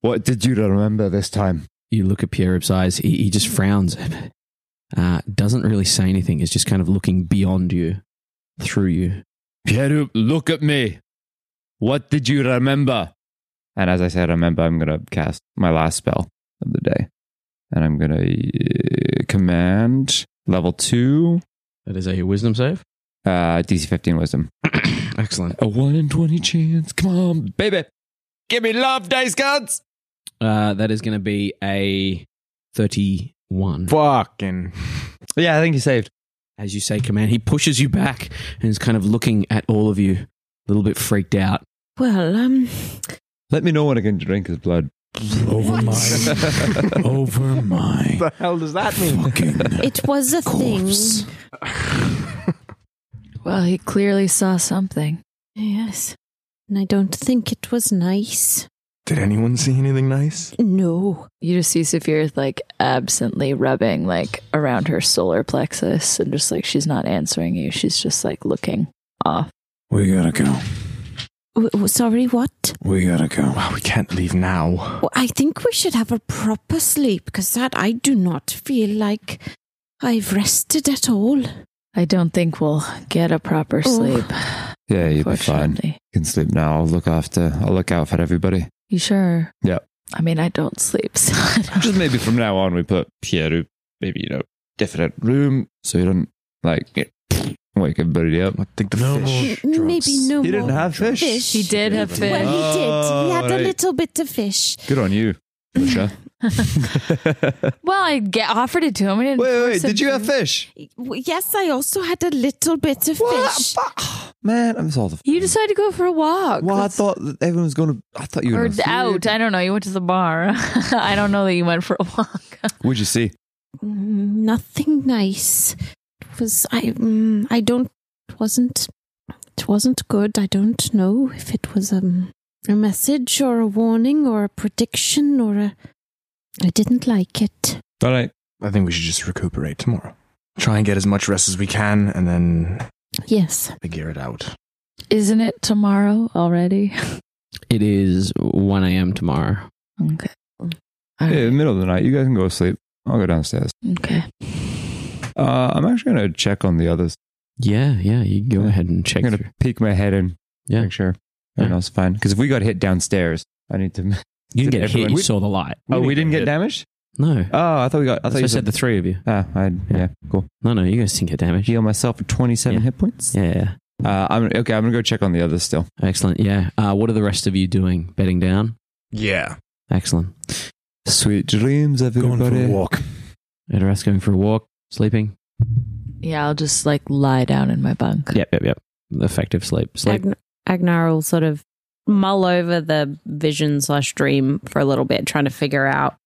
D: What did you remember this time?
C: you look at Pierre Roops' eyes. He, he just frowns. Uh, doesn't really say anything. Is just kind of looking beyond you, through you.
D: [laughs] Pierre, look at me. What did you remember? And as I said, remember, I'm gonna cast my last spell of the day, and I'm gonna uh, command level two,
C: That is a wisdom save.
D: uh, DC 15 wisdom.
C: [coughs] Excellent.
D: A one in twenty chance. Come on, baby, give me love, dice cards.
C: Uh, that is going to be a thirty-one.
H: Fucking.
D: Yeah, I think you saved.
C: as you say command he pushes you back and is kind of looking at all of you a little bit freaked out
I: Well, um,
D: Let me know when I can drink his blood.
E: Over my.
F: [laughs]
E: over my.
H: the hell does that mean?
E: Fucking.
I: it was a thing.
E: Corpse.
F: [laughs] Well, he clearly saw something.
I: Yes. And I don't think it was nice.
H: Did anyone see anything nice?
I: No.
F: You just see Saphirith like absently rubbing like around her solar plexus and just like she's not answering you. She's just like looking off.
E: We gotta go.
I: W- w- sorry, what?
E: We gotta go.
H: Wow, we can't leave now.
I: Well, I think we should have a proper sleep because that I do not feel like I've rested at all.
F: I don't think we'll get a proper
I: Oh.
F: sleep.
D: Yeah, you'll be fine.
F: fortunately.
D: You can sleep now. I'll look after. I'll look out for everybody.
F: You sure?
D: Yeah.
F: I mean, I don't sleep, so [laughs] I don't.
D: Just maybe from now on, we put Pierre. Maybe you know, different room, so you don't like wake everybody up.
H: I think the
E: No
H: fish.
I: M- Maybe
H: drugs.
I: no
D: He
I: more
D: didn't have fish?
I: fish.
F: He did have
I: Well,
F: fish.
I: he did. He had
D: Oh,
I: a
D: right.
I: little bit of fish.
D: Good on you, Alicia.
F: Well, I get offered it to him. I didn't
D: wait, wait.
F: force him
D: Did you
F: to.
D: have fish?
I: W- Yes, I also had a little bit of fish.
D: [laughs] Man, I'm sorry.
F: You decided to go for a walk.
D: Well, I
F: That's-
D: thought that everyone was gonna. I thought you were
F: or
D: gonna see
F: out.
D: it.
F: I don't know. You went to the bar. [laughs] I don't know that you went for a walk.
D: What'd you see?
I: Mm, Nothing nice. It was I. mm, I don't. It wasn't. It wasn't good. I don't know if it was um, a message or a warning or a prediction or a. I didn't like it.
D: All right.
H: I think we should just recuperate tomorrow. Try and get as much rest as we can and then
I: Yes.
H: figure it out.
F: Isn't it tomorrow already?
C: it is 1 a.m tomorrow
F: Okay. All
D: Hey,
F: right.
D: middle of the night. You guys can go to sleep. I'll go downstairs.
F: Okay.
D: Uh, I'm actually gonna check on the others.
C: yeah yeah you go
D: Yeah.
C: ahead and check
D: I'm
C: through.
D: gonna peek my head in.
C: Yeah.
D: Make sure everyone
C: Yeah.
D: else is fine. Because if we got hit downstairs, I need to. [laughs]
C: you
D: Did
C: didn't get hit
D: everyone-
C: you
D: We-
C: saw the light
D: oh, we didn't get damaged.
C: no
D: Oh, I thought we got. I
C: I,
D: thought
C: I
D: you
C: said the three of you
D: Ah, I, yeah, cool.
C: no no you guys didn't get damaged yeah
D: Heal myself for 27
C: Yeah.
D: hit points.
C: yeah
D: Uh, I'm okay. I'm gonna go check on the others still.
C: excellent yeah uh, what are the rest of you doing bedding down
H: Yeah.
C: excellent
D: Sweet dreams,
E: Going for a
D: everybody.
E: walk.
C: Edoras going for a walk sleeping
F: [laughs] Yeah, I'll just like lie down in my bunk.
C: yep yep yep effective sleep sleep
K: Agn- Agnar will sort of mull over the vision slash dream for a little bit, trying to figure out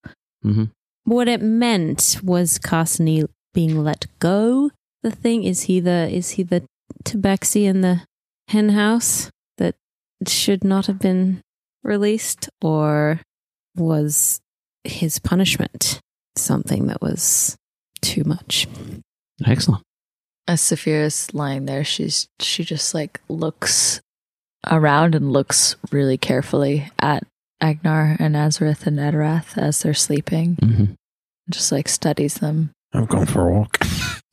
C: hmm
K: what it meant. Was Carsony being let go? The thing is, he the is he the Tabaxi in the hen house that should not have been released, or was his punishment something that was too much?
C: excellent
F: As Saphira's lying there, she's she just like looks around and looks really carefully at Agnar and Azareth and Edorath as they're sleeping.
C: hmm
K: Mm-hmm.
F: Just like studies them.
E: I'm going for a walk.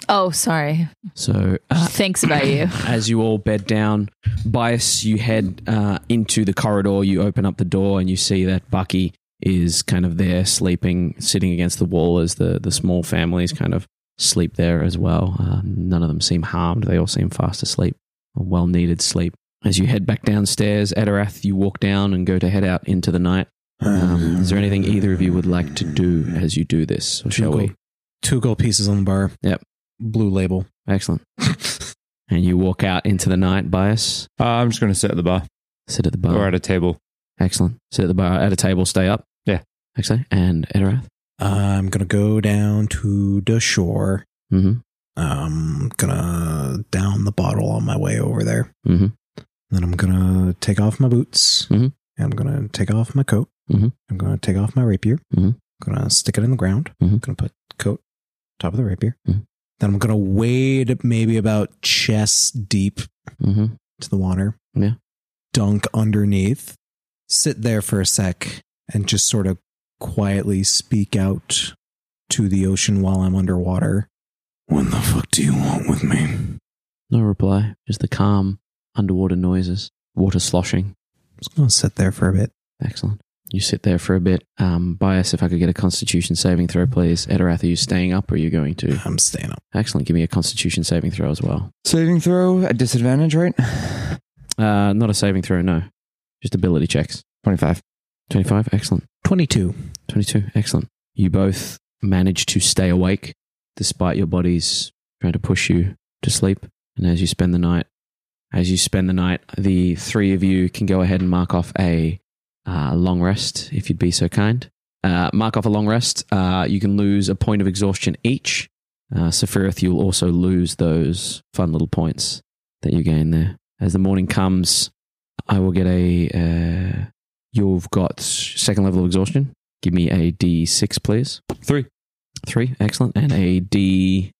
F: Oh, sorry.
C: so uh,
F: Thinks about you.
C: As you all bed down, Bias, you head uh, into the corridor. You open up the door and you see that Bucky is kind of there, sleeping, sitting against the wall as the, the small family is kind of sleep there as well. Uh, none of them seem harmed. They all seem fast asleep, a well needed sleep. As you head back downstairs, Edirath, you walk down and go to head out into the night. Um, is there anything either of you would like to do as you do this, or shall we?
E: Two gold pieces on the bar.
C: Yep.
E: Blue label. [laughs]
C: Excellent. and you walk out into the night, Bias.
D: Uh, I'm just going to sit at the bar
C: Sit at the bar.
D: or at a table.
C: Excellent. Sit at the bar, at a table, stay up.
D: Yeah.
C: Excellent. And Edirath.
E: I'm gonna go down to the shore.
C: Mm-hmm.
E: I'm gonna down the bottle on my way over there.
C: Mm-hmm.
E: Then I'm gonna take off my boots.
C: Mhm.
E: I'm gonna take off my coat.
C: Mhm.
E: I'm gonna take off my rapier.
L: Mm-hmm.
C: Mhm.
E: I'm gonna stick it in the ground.
C: Mhm.
D: Mm-hmm.
E: I'm gonna put coat top of the rapier.
C: Mhm.
E: Then I'm gonna wade maybe about chest deep
C: Mm-hmm.
E: to the water.
C: Yeah.
E: Dunk underneath. Sit there for a sec and just sort of quietly speak out to the ocean while I'm underwater. What the fuck do you want with me?
C: No reply. Just the calm underwater noises, water sloshing.
E: Just gonna sit there for a bit.
C: Excellent. You sit there for a bit. Um, Bias, if I could get a Constitution saving throw, please. Edirath, are you staying up or are you going to?
E: I'm staying up.
C: Excellent. Give me a Constitution saving throw as well.
D: Saving throw at disadvantage, right?
C: Uh, not a saving throw, no. Just ability checks.
D: 25.
C: 25. Excellent.
E: 22.
C: 22. Excellent. You both manage to stay awake despite your bodies trying to push you to sleep. And as you spend the night, as you spend the night, the three of you can go ahead and mark off a uh, long rest if you'd be so kind. Uh, mark off a long rest. Uh, you can lose a point of exhaustion each. Uh, Sephiroth, you'll also lose those fun little points that you gain there. As the morning comes, I will get a. Uh, you've got second level of exhaustion. Give me a D6, please.
D: Three.
C: Three, excellent. And a D4.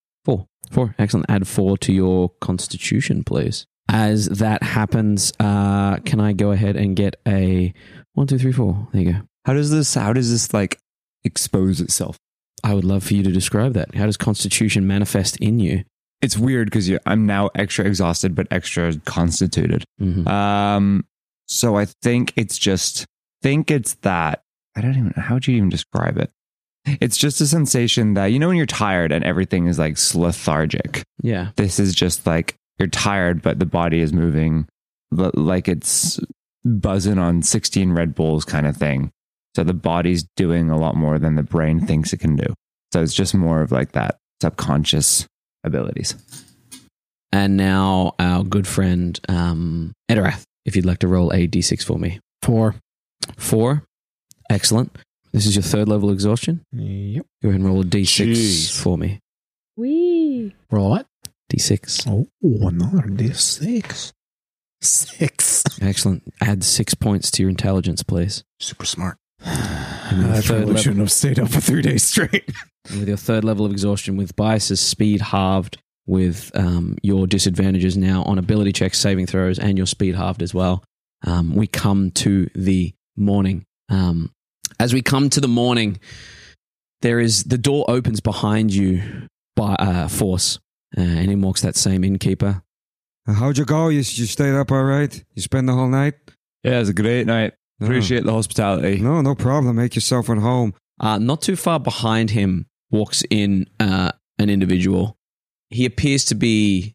C: Four, excellent. Add four to your constitution, please. As that happens, uh, can I go ahead and get a one, two, three, four? There you go.
D: How does this, how does this like expose itself?
C: I would love for you to describe that. How does constitution manifest in you?
D: It's weird because I'm now extra exhausted, but extra constituted.
C: Mhm.
D: Um, so I think it's just think it's that. I don't even how would you even describe it? It's just a sensation that you know when you're tired and everything is like lethargic.
C: yeah.
D: This is just like you're tired, but the body is moving l- like it's buzzing on 16 Red Bulls kind of thing. So the body's doing a lot more than the brain thinks it can do. So it's just more of like that subconscious abilities.
C: And now our good friend, um, Edirath, if you'd like to roll a D6 for me.
E: Four.
C: Four, excellent. This is your third level exhaustion.
E: Yep.
C: Go ahead and roll a D6
H: Jeez.
C: for me.
K: [coughs] Wee.
E: Roll what?
C: D6.
E: Oh, another D6. Six.
C: Excellent. Add six points to your intelligence, please.
E: Super smart.
D: Uh,
C: mean,
E: [sighs] I
C: third level.
E: probably shouldn't have stayed up for three days straight.
C: And with your third level of exhaustion, with biases speed halved, with um, your disadvantages now on ability checks, saving throws, and your speed halved as well, um, we come to the morning. Um, as we come to the morning, there is the door opens behind you by uh, force, uh, and in walks that same innkeeper.
L: How'd you go? You, you stayed up all right? You spent the whole night?
D: Yeah, it's a great night.
L: No.
D: the hospitality.
L: No, no problem. Make yourself at
D: [laughs]
L: home.
C: Uh, not too far behind him walks in uh, an individual. He appears to be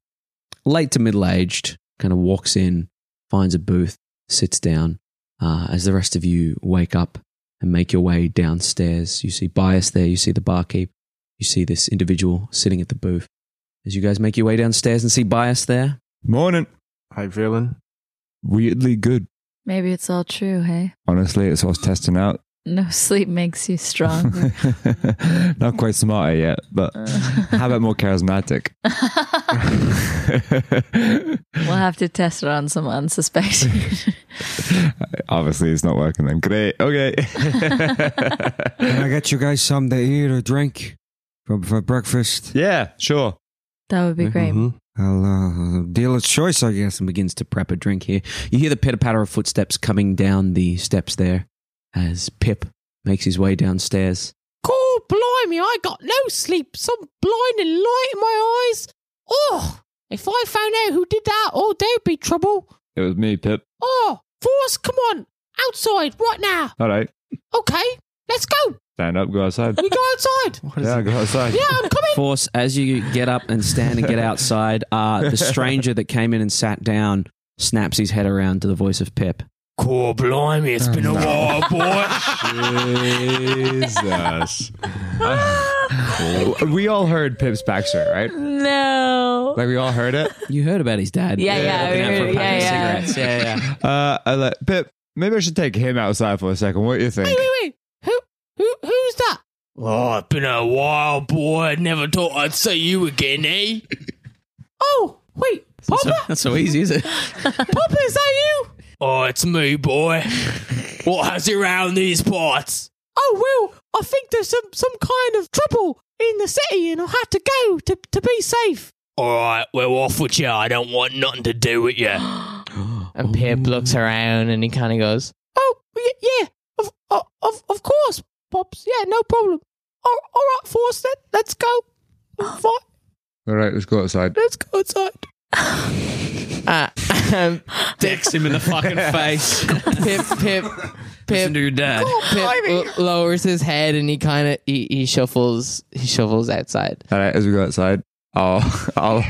C: late to middle aged, kind of walks in, finds a booth, sits down. Uh, as the rest of you wake up and make your way downstairs, you see Bias there, you see the barkeep, you see this individual sitting at the booth. As you guys make your way downstairs and see Bias there,
D: Morning.
H: Hi, Valen.
D: Weirdly good.
F: Maybe it's all true, hey?
D: Honestly, it's what I was testing out.
F: No sleep makes
K: [laughs]
F: you stronger.
D: [laughs] Not quite smarter yet, but how about more charismatic? [laughs]
F: we'll have to test it on some unsuspecting.
K: [laughs]
D: Obviously, it's not working then. Great. Okay. [laughs]
L: Can I get you guys something to eat or drink for, for breakfast?
D: yeah, sure.
F: that would be great.
H: Mhm.
L: I'll uh, deal with choice, I guess.
C: and begins to prep a drink here. You hear the pitter patter of footsteps coming down the steps there as Pip makes his way downstairs.
A: Cool, blimey, I got no sleep. Some blinding light in my eyes. Oh, if I found out who did that, oh, there'd be trouble.
D: It was me, Pip.
A: Oh, Force, come on. Outside, right now.
D: All right.
A: Okay, Let's go.
D: Stand up, go
A: [laughs]
D: outside.
A: We go outside.
D: yeah, go outside.
A: Yeah, I'm coming.
C: Force, as you get up and stand and get
D: [laughs]
C: outside, uh, the stranger that came in and sat down snaps his head around to the voice of Pip.
A: Cool, blimey, it's
B: Oh,
A: been a while, boy.
B: [laughs]
D: Jesus. uh, we all heard Pip's backstory, right?
F: [laughs] No.
D: Like we all heard it.
C: You heard about his dad.
F: Yeah, yeah,
C: looking out
F: we
C: for a
F: heard-
C: pack of
F: yeah, yeah.
C: cigarettes. Yeah, yeah.
D: Uh, I let Pip. Maybe I should take him outside for a second. What do you think?
A: Wait, wait, wait. Who, who, who's that?
B: Oh, it's been a while, boy. I never thought I'd see you again, eh?
A: Oh, wait,
C: That's so,
A: Papa,
C: not so easy, is it?
A: Papa, is that you?
B: Oh, it's me, boy. what has you round these parts?
A: Oh well, I think there's some some kind of trouble in the city, and I had to go to to be safe.
B: All right, we're off with you. I don't want nothing to do with you.
C: And Pip
B: looks around and he kind of goes,
A: Oh y- yeah, of of of- of course, pops. Yeah, no problem. All, all right, Force. Let, let's go. Fi-
D: All right, let's go outside.
A: Let's go outside.
B: ah, um,
C: Dicks him in
B: [laughs]
C: the fucking face.
B: Pip, Pip,
C: Listen
B: Pip,
C: to your dad.
B: Pip l- lowers his head and he kind of he, he shuffles he shuffles outside.
D: All right, as we go outside, I'll I'll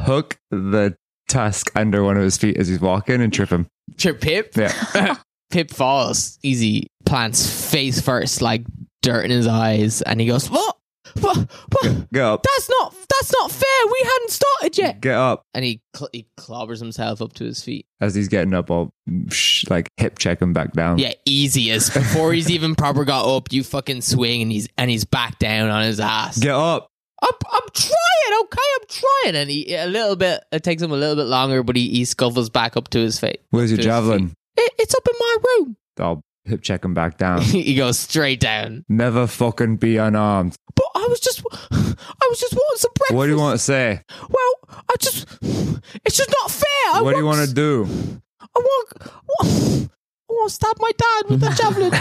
D: hook the tusk under one of his feet as he's walking and trip him.
B: Sure, Pip.
D: Yeah.
B: [laughs] Pip falls easy, plants face first, like dirt in his eyes, and he goes, "What? What? What?"
D: Go up.
A: That's not that's not fair. We hadn't started yet.
D: Get up.
B: And he cl- he clobbers himself up to his feet.
D: As he's getting up, I'll sh- like hip check him back down.
B: Yeah, easy as before he's even proper got up. You fucking swing and he's and he's back down on his ass.
D: Get up.
B: I'm, I'm trying, okay, I'm trying. And he a little bit. It takes him a little bit longer, but he, he scuffles back up to his face.
D: Where's your
B: To his
D: javelin?
A: It, it's up in my room.
D: I'll hip check him back
C: [laughs]
D: down.
B: [laughs] he goes straight down.
D: Never fucking be unarmed.
A: But I was just [sighs] I was just wanting some breakfast.
D: What do you want to say?
A: Well, I just [sighs] it's just not fair. I
D: What do you
A: want
D: want to do?
A: I want, I want to stab my dad with that javelin.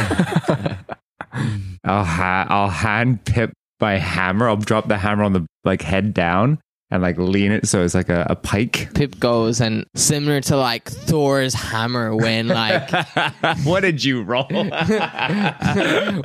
D: I'll ha- I'll hand Pip my hammer. I'll drop the hammer on the like head down and like lean it so it's like a, a pike.
B: Pip goes and similar to like Thor's hammer when like
D: [laughs] what did you
B: [laughs]
D: roll?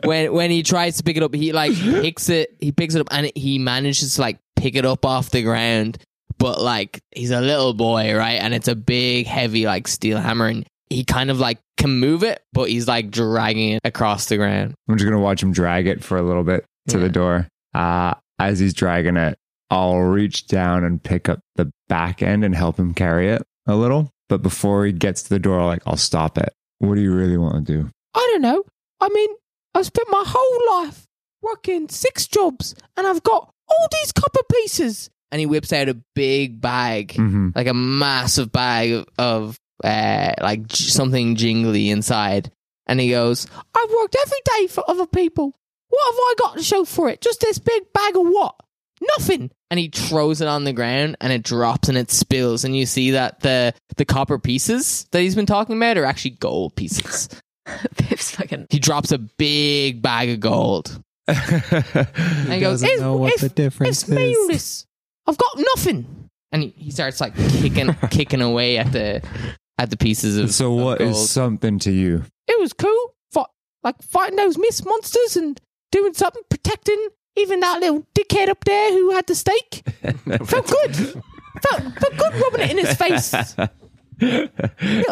B: when when he tries to pick it up, he like picks it. He picks it up and he manages to like pick it up off the ground. But like he's a little boy, right? And it's a big, heavy like steel hammer, and he kind of like can move it, but he's like dragging it across the ground.
D: I'm just gonna watch him drag it for a little bit to
B: Yeah.
D: the door. Uh, as he's dragging it, I'll reach down and pick up the back end and help him carry it a little. But before he gets to the door, like I'll stop it. What do you really want to do?
A: I don't know. I mean, I've spent my whole life working six jobs, and I've got all these copper pieces.
B: And he whips out a big bag,
D: Mm-hmm.
B: like a massive bag of, of uh, like j- something jingly inside. And he goes,
A: I've worked every day for other people. What have I got to show for it? Just this big bag of what? Nothing.
B: and he throws it on the ground and it drops and it spills and you see that the the copper pieces that he's been talking about are actually gold
E: [laughs]
B: pieces
F: Pip's fucking.
B: he drops a big bag of
E: [laughs]
B: gold and he goes
E: doesn't
B: it's,
E: know what
B: it's,
E: the difference
A: It's
E: is.
A: meaningless. "Eh, I've got nothing.
B: and he, he starts like
E: [laughs]
B: kicking kicking away at the at the pieces of
D: So
B: of
D: what is
B: gold.
D: something to you?
A: It was cool, fight, like fighting those mist monsters and doing something, protecting even that little dickhead up there who had the stake. felt good. Felt, felt good rubbing it in his
D: [laughs]
A: face. Little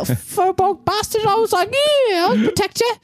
A: furbog bastard. I was like, yeah, I'll protect you.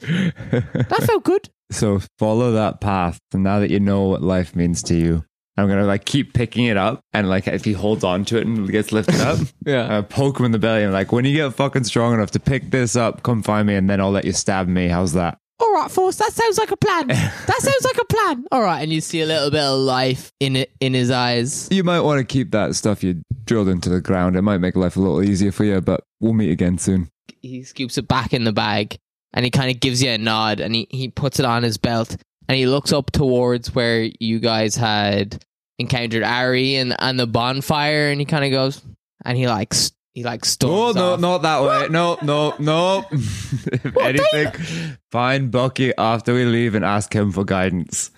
A: That felt good.
D: [laughs] So follow that path. And now that you know what life means to you, I'm gonna like keep picking it up and like if he holds on to it and gets lifted up,
B: yeah
D: I poke him in the belly and like when you get fucking strong enough to pick this up, come find me and then I'll let you stab me. How's that?
A: All right, Force, that sounds like a
E: [laughs]
A: plan. That sounds like a plan.
B: all right and you see a little bit of life in it in his eyes
D: You might want to keep that stuff you drilled into the ground. It might make life a little easier for you, but we'll meet again soon.
B: he scoops it back in the bag and he kind of gives you a nod and he, he puts it on his belt and he looks up towards where you guys had encountered Ari and, and the bonfire and he kind of goes and he like s- he like
D: Oh
B: storms
D: no,
B: off.
D: not that way. No, no, no. if anything, find Bucky after we leave and ask him for guidance.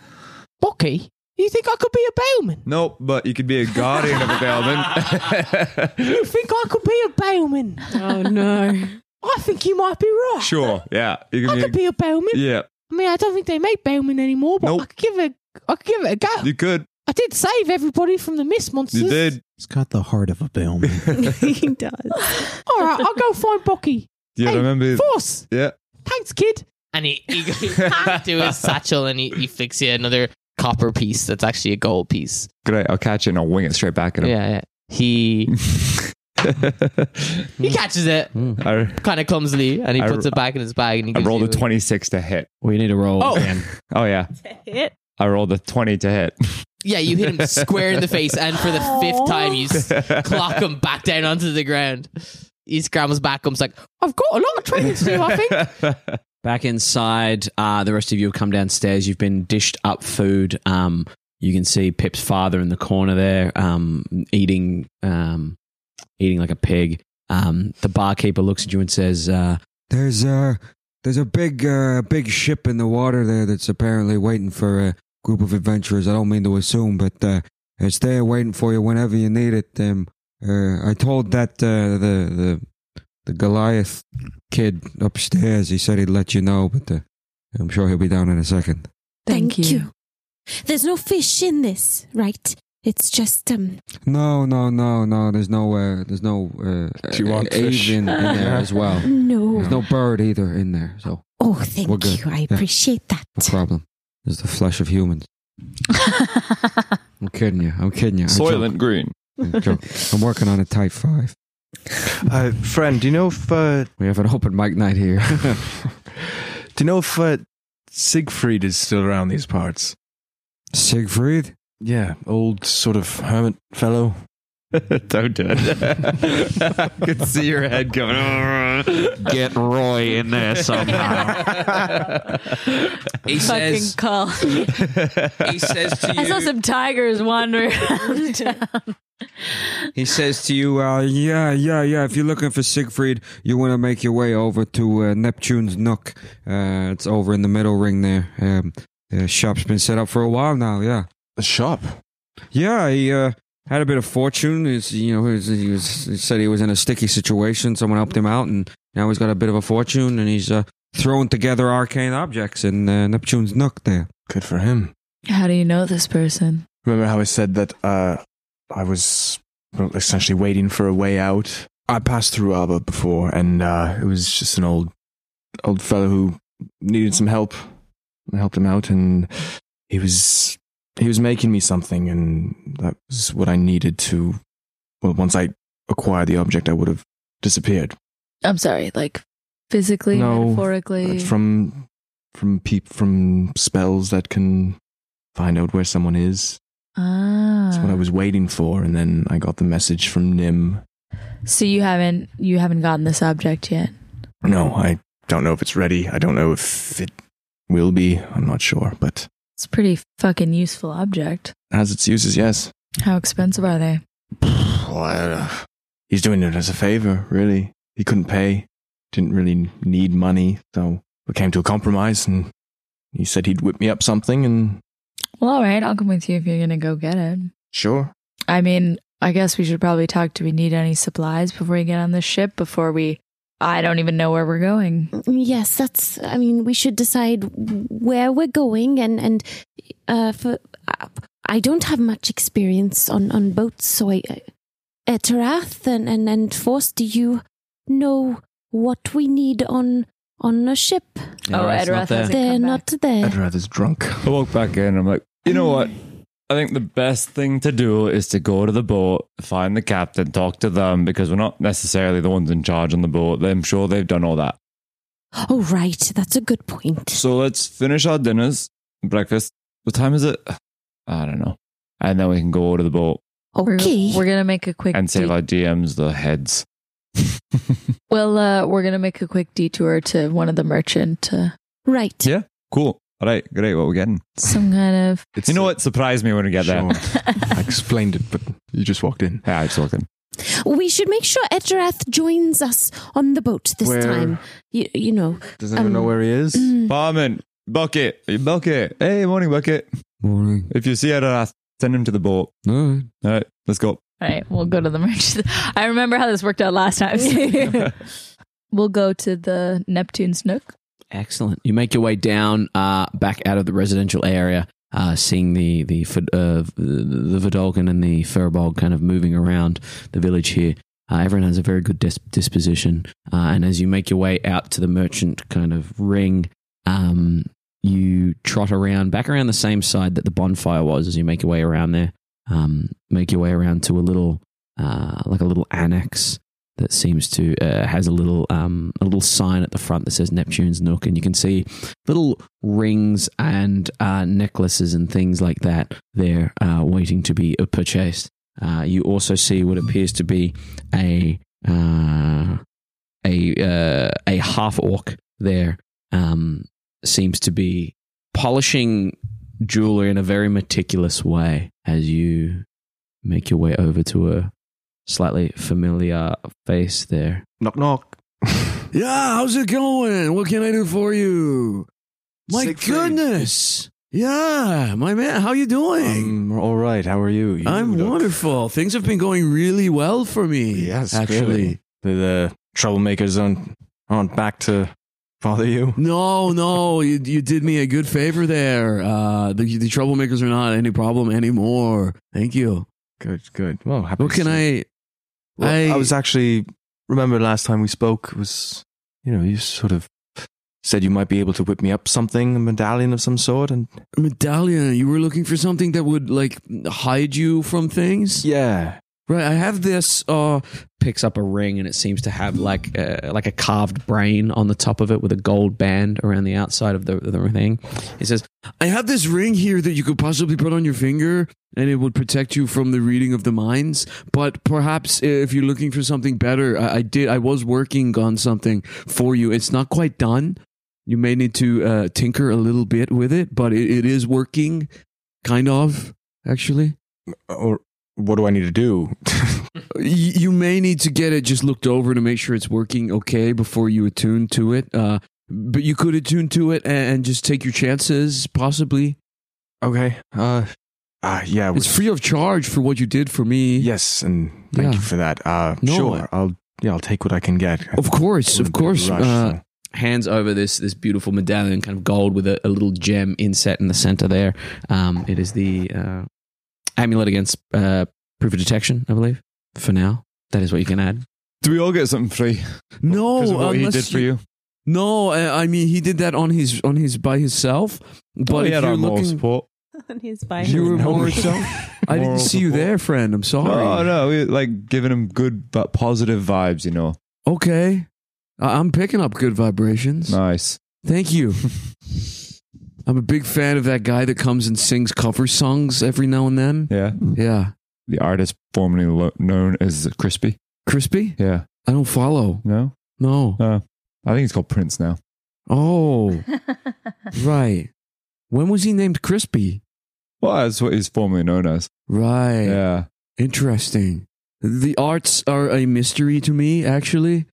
A: Bucky, you think I could be a bowman?
D: Nope, but you could be a guardian of
A: [laughs]
D: a bailman.
A: You think I could be a bowman?
K: Oh no.
A: I think you might be right.
D: sure, yeah. You
A: I could be a bowman.
D: yeah.
A: I mean, I don't think they make Bowman anymore, but I could give it. I could give it a go.
D: [laughs] You could.
A: I did save everybody from the mist monsters.
E: [laughs]
D: [laughs]
E: He's got the heart of a billman.
A: he does. All right, I'll go find Bucky.
D: Do you remember?
A: Force.
D: Yeah.
A: Thanks, kid.
B: And he, he goes back to his satchel and he, he flicks you another copper piece that's actually a gold piece.
D: Great. I'll catch it and I'll wing it straight back at him.
B: Yeah, yeah.
D: [laughs]
B: He. He catches it
D: I,
B: kind of clumsily and he
D: Hmm. I-
B: puts it back in his bag and he
D: I
B: gives
D: rolled
B: you
D: a 26 to hit.
C: We need a roll.
B: Oh.
D: [laughs] Oh, yeah.
F: Hit.
D: I rolled a 20 to hit. [laughs]
B: Yeah, you hit
C: [laughs]
B: him square in the face, and for the fifth time, you s- clock him back down onto the ground. He scrambles back, comes like,
A: I've got a lot of training to do. I think.
D: [laughs]
C: Back inside, uh, the rest of you have come downstairs. You've been dished up food. Um, you can see Pip's father in the corner there, um, eating, um, eating like a pig. Um, the barkeeper looks at you and says, uh,
L: There's a there's a big uh, big ship in the water there that's apparently waiting for a group of adventurers. I don't mean to assume, but uh, it's there waiting for you whenever you need it. Um, uh, I told that uh, the the the Goliath kid upstairs. He said he'd let you know, but uh, I'm sure he'll be down in a second.
I: Thank, you. There's no fish in this, right? It's just um.
L: No, no, no, no. There's no uh, there's no uh,
H: Do you want
L: avian
H: fish?
L: in there as well.
I: [laughs] No.
L: there's no bird either in there. So
I: Oh, thank
L: We're good.
I: you. I
L: Yeah.
I: appreciate that.
L: No problem. It's the flesh of humans. I'm kidding you. I'm kidding you. I'm joking.
D: green.
L: I'm, joking. I'm working on a type five.
H: Uh, friend, do you know if uh,
L: We have an open mic night here.
H: [laughs]
L: [laughs]
H: do you know if uh, Siegfried is still around these parts?
L: Siegfried?
H: Yeah, old sort of hermit
L: [laughs]
H: fellow.
D: Don't do it. I can see your head going. "Arrgh."
M: Get Roy in there
N: [laughs]
M: somehow.
F: Fucking
C: he says,
F: call.
C: he says
A: [gasps]
C: to
F: [laughs]
C: you,
F: I saw some
I: [laughs]
F: tigers wander around town.
L: He says to you, uh, yeah, yeah, yeah. If you're looking for Siegfried, you want to make your way over to uh, Neptune's Nook. Uh, it's over in the middle ring there. Um, the shop's been set up for a while now, yeah.
H: A shop.
L: Yeah, he uh, had a bit of fortune. He's, you know, he was, he was he said he was in a sticky situation. Someone helped him out, and now he's got a bit of a fortune, and he's uh, throwing together arcane objects in uh, Neptune's Nook. There,
H: Good for him.
F: How do you know this person?
H: Remember how I said that uh, I was well, essentially waiting for a way out? I passed through Abba before, and uh, it was just an old, old fellow who needed some help. I helped him out, and he was he was making me something, and that was what I needed to. Well, once I acquired the object, I would have disappeared
F: I'm sorry, like physically,
H: No,
F: metaphorically.
H: from from peep from spells that can find out where someone is.
F: ah.
H: That's what I was waiting for, and then I got the message from Nim.
F: Ah. So you haven't you haven't gotten this object yet.
H: No, I don't know if it's ready. I don't know if it will be. I'm not sure, but
F: It's a pretty fucking useful object.
H: it has its uses, yes. [sighs]
F: How expensive are they?
H: Well, I don't know. He's doing it as a favor, really. He couldn't pay, didn't really need money, so we came to a compromise, and he said he'd whip me up something, and
F: Well, all right, I'll come with you if you're gonna go get it.
H: sure.
F: I mean, I guess we should probably talk. Do we need any supplies before we get on this ship? Before we, I don't even know where we're going.
I: Yes, that's. I mean, we should decide where we're going, and and uh, for uh, I don't have much experience on on boats, so I, uh, uh, Tarath and and and Force, do you know what we need on on a ship?
C: Yeah,
F: oh,
C: it's
F: Edrath has
C: not there.
F: it
I: They're
F: come back.
I: not there.
H: I'd rather drunk.
D: I walk back in. I'm like, you know what? I think the best thing to do is to go to the boat, find the captain, talk to them because we're not necessarily the ones in charge on the boat. I'm sure they've done all that.
I: Oh, right, that's a good point.
D: So let's finish our dinners, breakfast. What time is it? [sighs] I don't know. And then we can go to the boat
F: We're-
I: Okay,
F: We're, gonna make a quick.
D: and save
F: de-
D: our DMs the heads.
F: well, uh, we're gonna make a quick detour to one of the merchant, uh,
I: right.
D: yeah. Cool. All right. Great. What we're getting.
F: some kind of.
H: It's
D: You know what? Surprise me when we get there.
H: Sure. I explained it, but you just walked in.
D: Yeah, I just walked in.
I: We should make sure Edrath joins us on the boat this
H: Where-
I: time. You, you know,
H: Does
I: anyone know Um, where
H: he
I: [clears throat]
H: is?
D: Barman, Bucket, Bucket. Hey, morning, Bucket.
L: morning.
D: If you see Arath, send him to the boat.
L: All right.
D: All right, let's
F: [laughs]
D: go.
F: All right, we'll go to the merchant. [laughs]
I: [laughs]
F: I [laughs] remember how this worked out last time. we'll go to the Neptune's Nook
C: Excellent. You make your way down, uh, back out of the residential area, uh, seeing the the Fid- uh, the Vidalgan and the Faribolg kind of moving around the village here. Uh, everyone has a very good dis- disposition, uh, and as you make your way out to the merchant kind of ring, um, you trot around back around the same side that the bonfire was. As you make your way around there, um, make your way around to a little uh, like a little annex that seems to uh, has a little um, a little sign at the front that says Neptune's Nook, and you can see little rings and uh, necklaces and things like that there uh, waiting to be uh, purchased. Uh, you also see what appears to be a uh, a uh, a half orc [laughs] there um, seems to be polishing jewelry in a very meticulous way as you make your way over to a slightly familiar face there.
H: Knock knock.
G: Yeah, how's it going? What can I do for you? My
M: Siegfried.
G: goodness. Yeah, my man, how you doing?
H: I'm all right. How are you? You
G: I'm
H: look-
G: wonderful. Things have been going really well for me.
H: Yes,
G: actually.
H: really. The, the troublemakers aren't aren't back to bother you.
G: No, no, you, you did me a good favor there. Uh, the, the troublemakers are not any problem anymore. Thank you.
H: Good, good. Well, happy
G: What
H: to
G: can
H: see-
G: I?
H: Well, I,
G: I-
H: was actually remember last time we spoke was you know you sort of said you might be able to whip me up something a medallion of some sort and
G: medallion. You were looking for something that would like hide you from things.
H: Yeah.
G: Right. I have this. Uh,
C: Picks up a ring and it seems to have like a, like a carved brain on the top of it with a gold band around the outside of the, the thing. It says,
G: I have this ring here that you could possibly put on your finger, and it would protect you from the reading of the minds. But perhaps if you're looking for something better, I, I did. I was working on something for you. It's not quite done. You may need to uh, tinker a little bit with it, but it, it is working, kind of actually.
H: Or what do I need to do?
G: [laughs] Y- you may need to get it just looked over to make sure it's working okay before you attune to it. Uh, but you could attune to it and, and just take your chances, possibly.
H: Okay. Uh, uh yeah.
G: It's free of charge for what you did for me.
H: Yes, and thank you for that uh
G: No,
H: sure I'll yeah I'll take what I can get
G: Of course, of course. Uh,
C: hands over this this beautiful medallion, kind of gold with a, a little gem inset in the center there. Um, it is the uh, amulet against uh, proof of detection, I believe. For now, that is what you can add.
D: Do we all get something free?
G: No,
D: 'Cause of what he
G: unless
D: did for you.
G: No, I, I mean he did that on his on his by himself. But
D: he
G: if
D: had
G: you're
D: our moral
G: looking,
D: support.
K: and [laughs] he's by
G: you were
K: himself.
G: more
K: [laughs]
G: I didn't
D: Moral
G: see you there, friend. I'm sorry.
D: No, no, we, like giving him good but positive vibes, you know.
G: Okay, I, I'm picking up good vibrations.
D: Nice.
G: Thank you. I'm a big fan of that guy that comes and sings cover songs every now and then.
D: Yeah.
G: Yeah.
D: The artist formerly lo- known as Crispy.
G: Crispy?
D: Yeah.
G: I don't follow.
D: No.
G: No.
D: Uh, I think he's called Prince now.
G: Oh, right. When was he named Crispy?
D: Well, that's what he's formerly known as.
G: Right.
D: Yeah.
G: Interesting. The arts are a mystery to me, actually.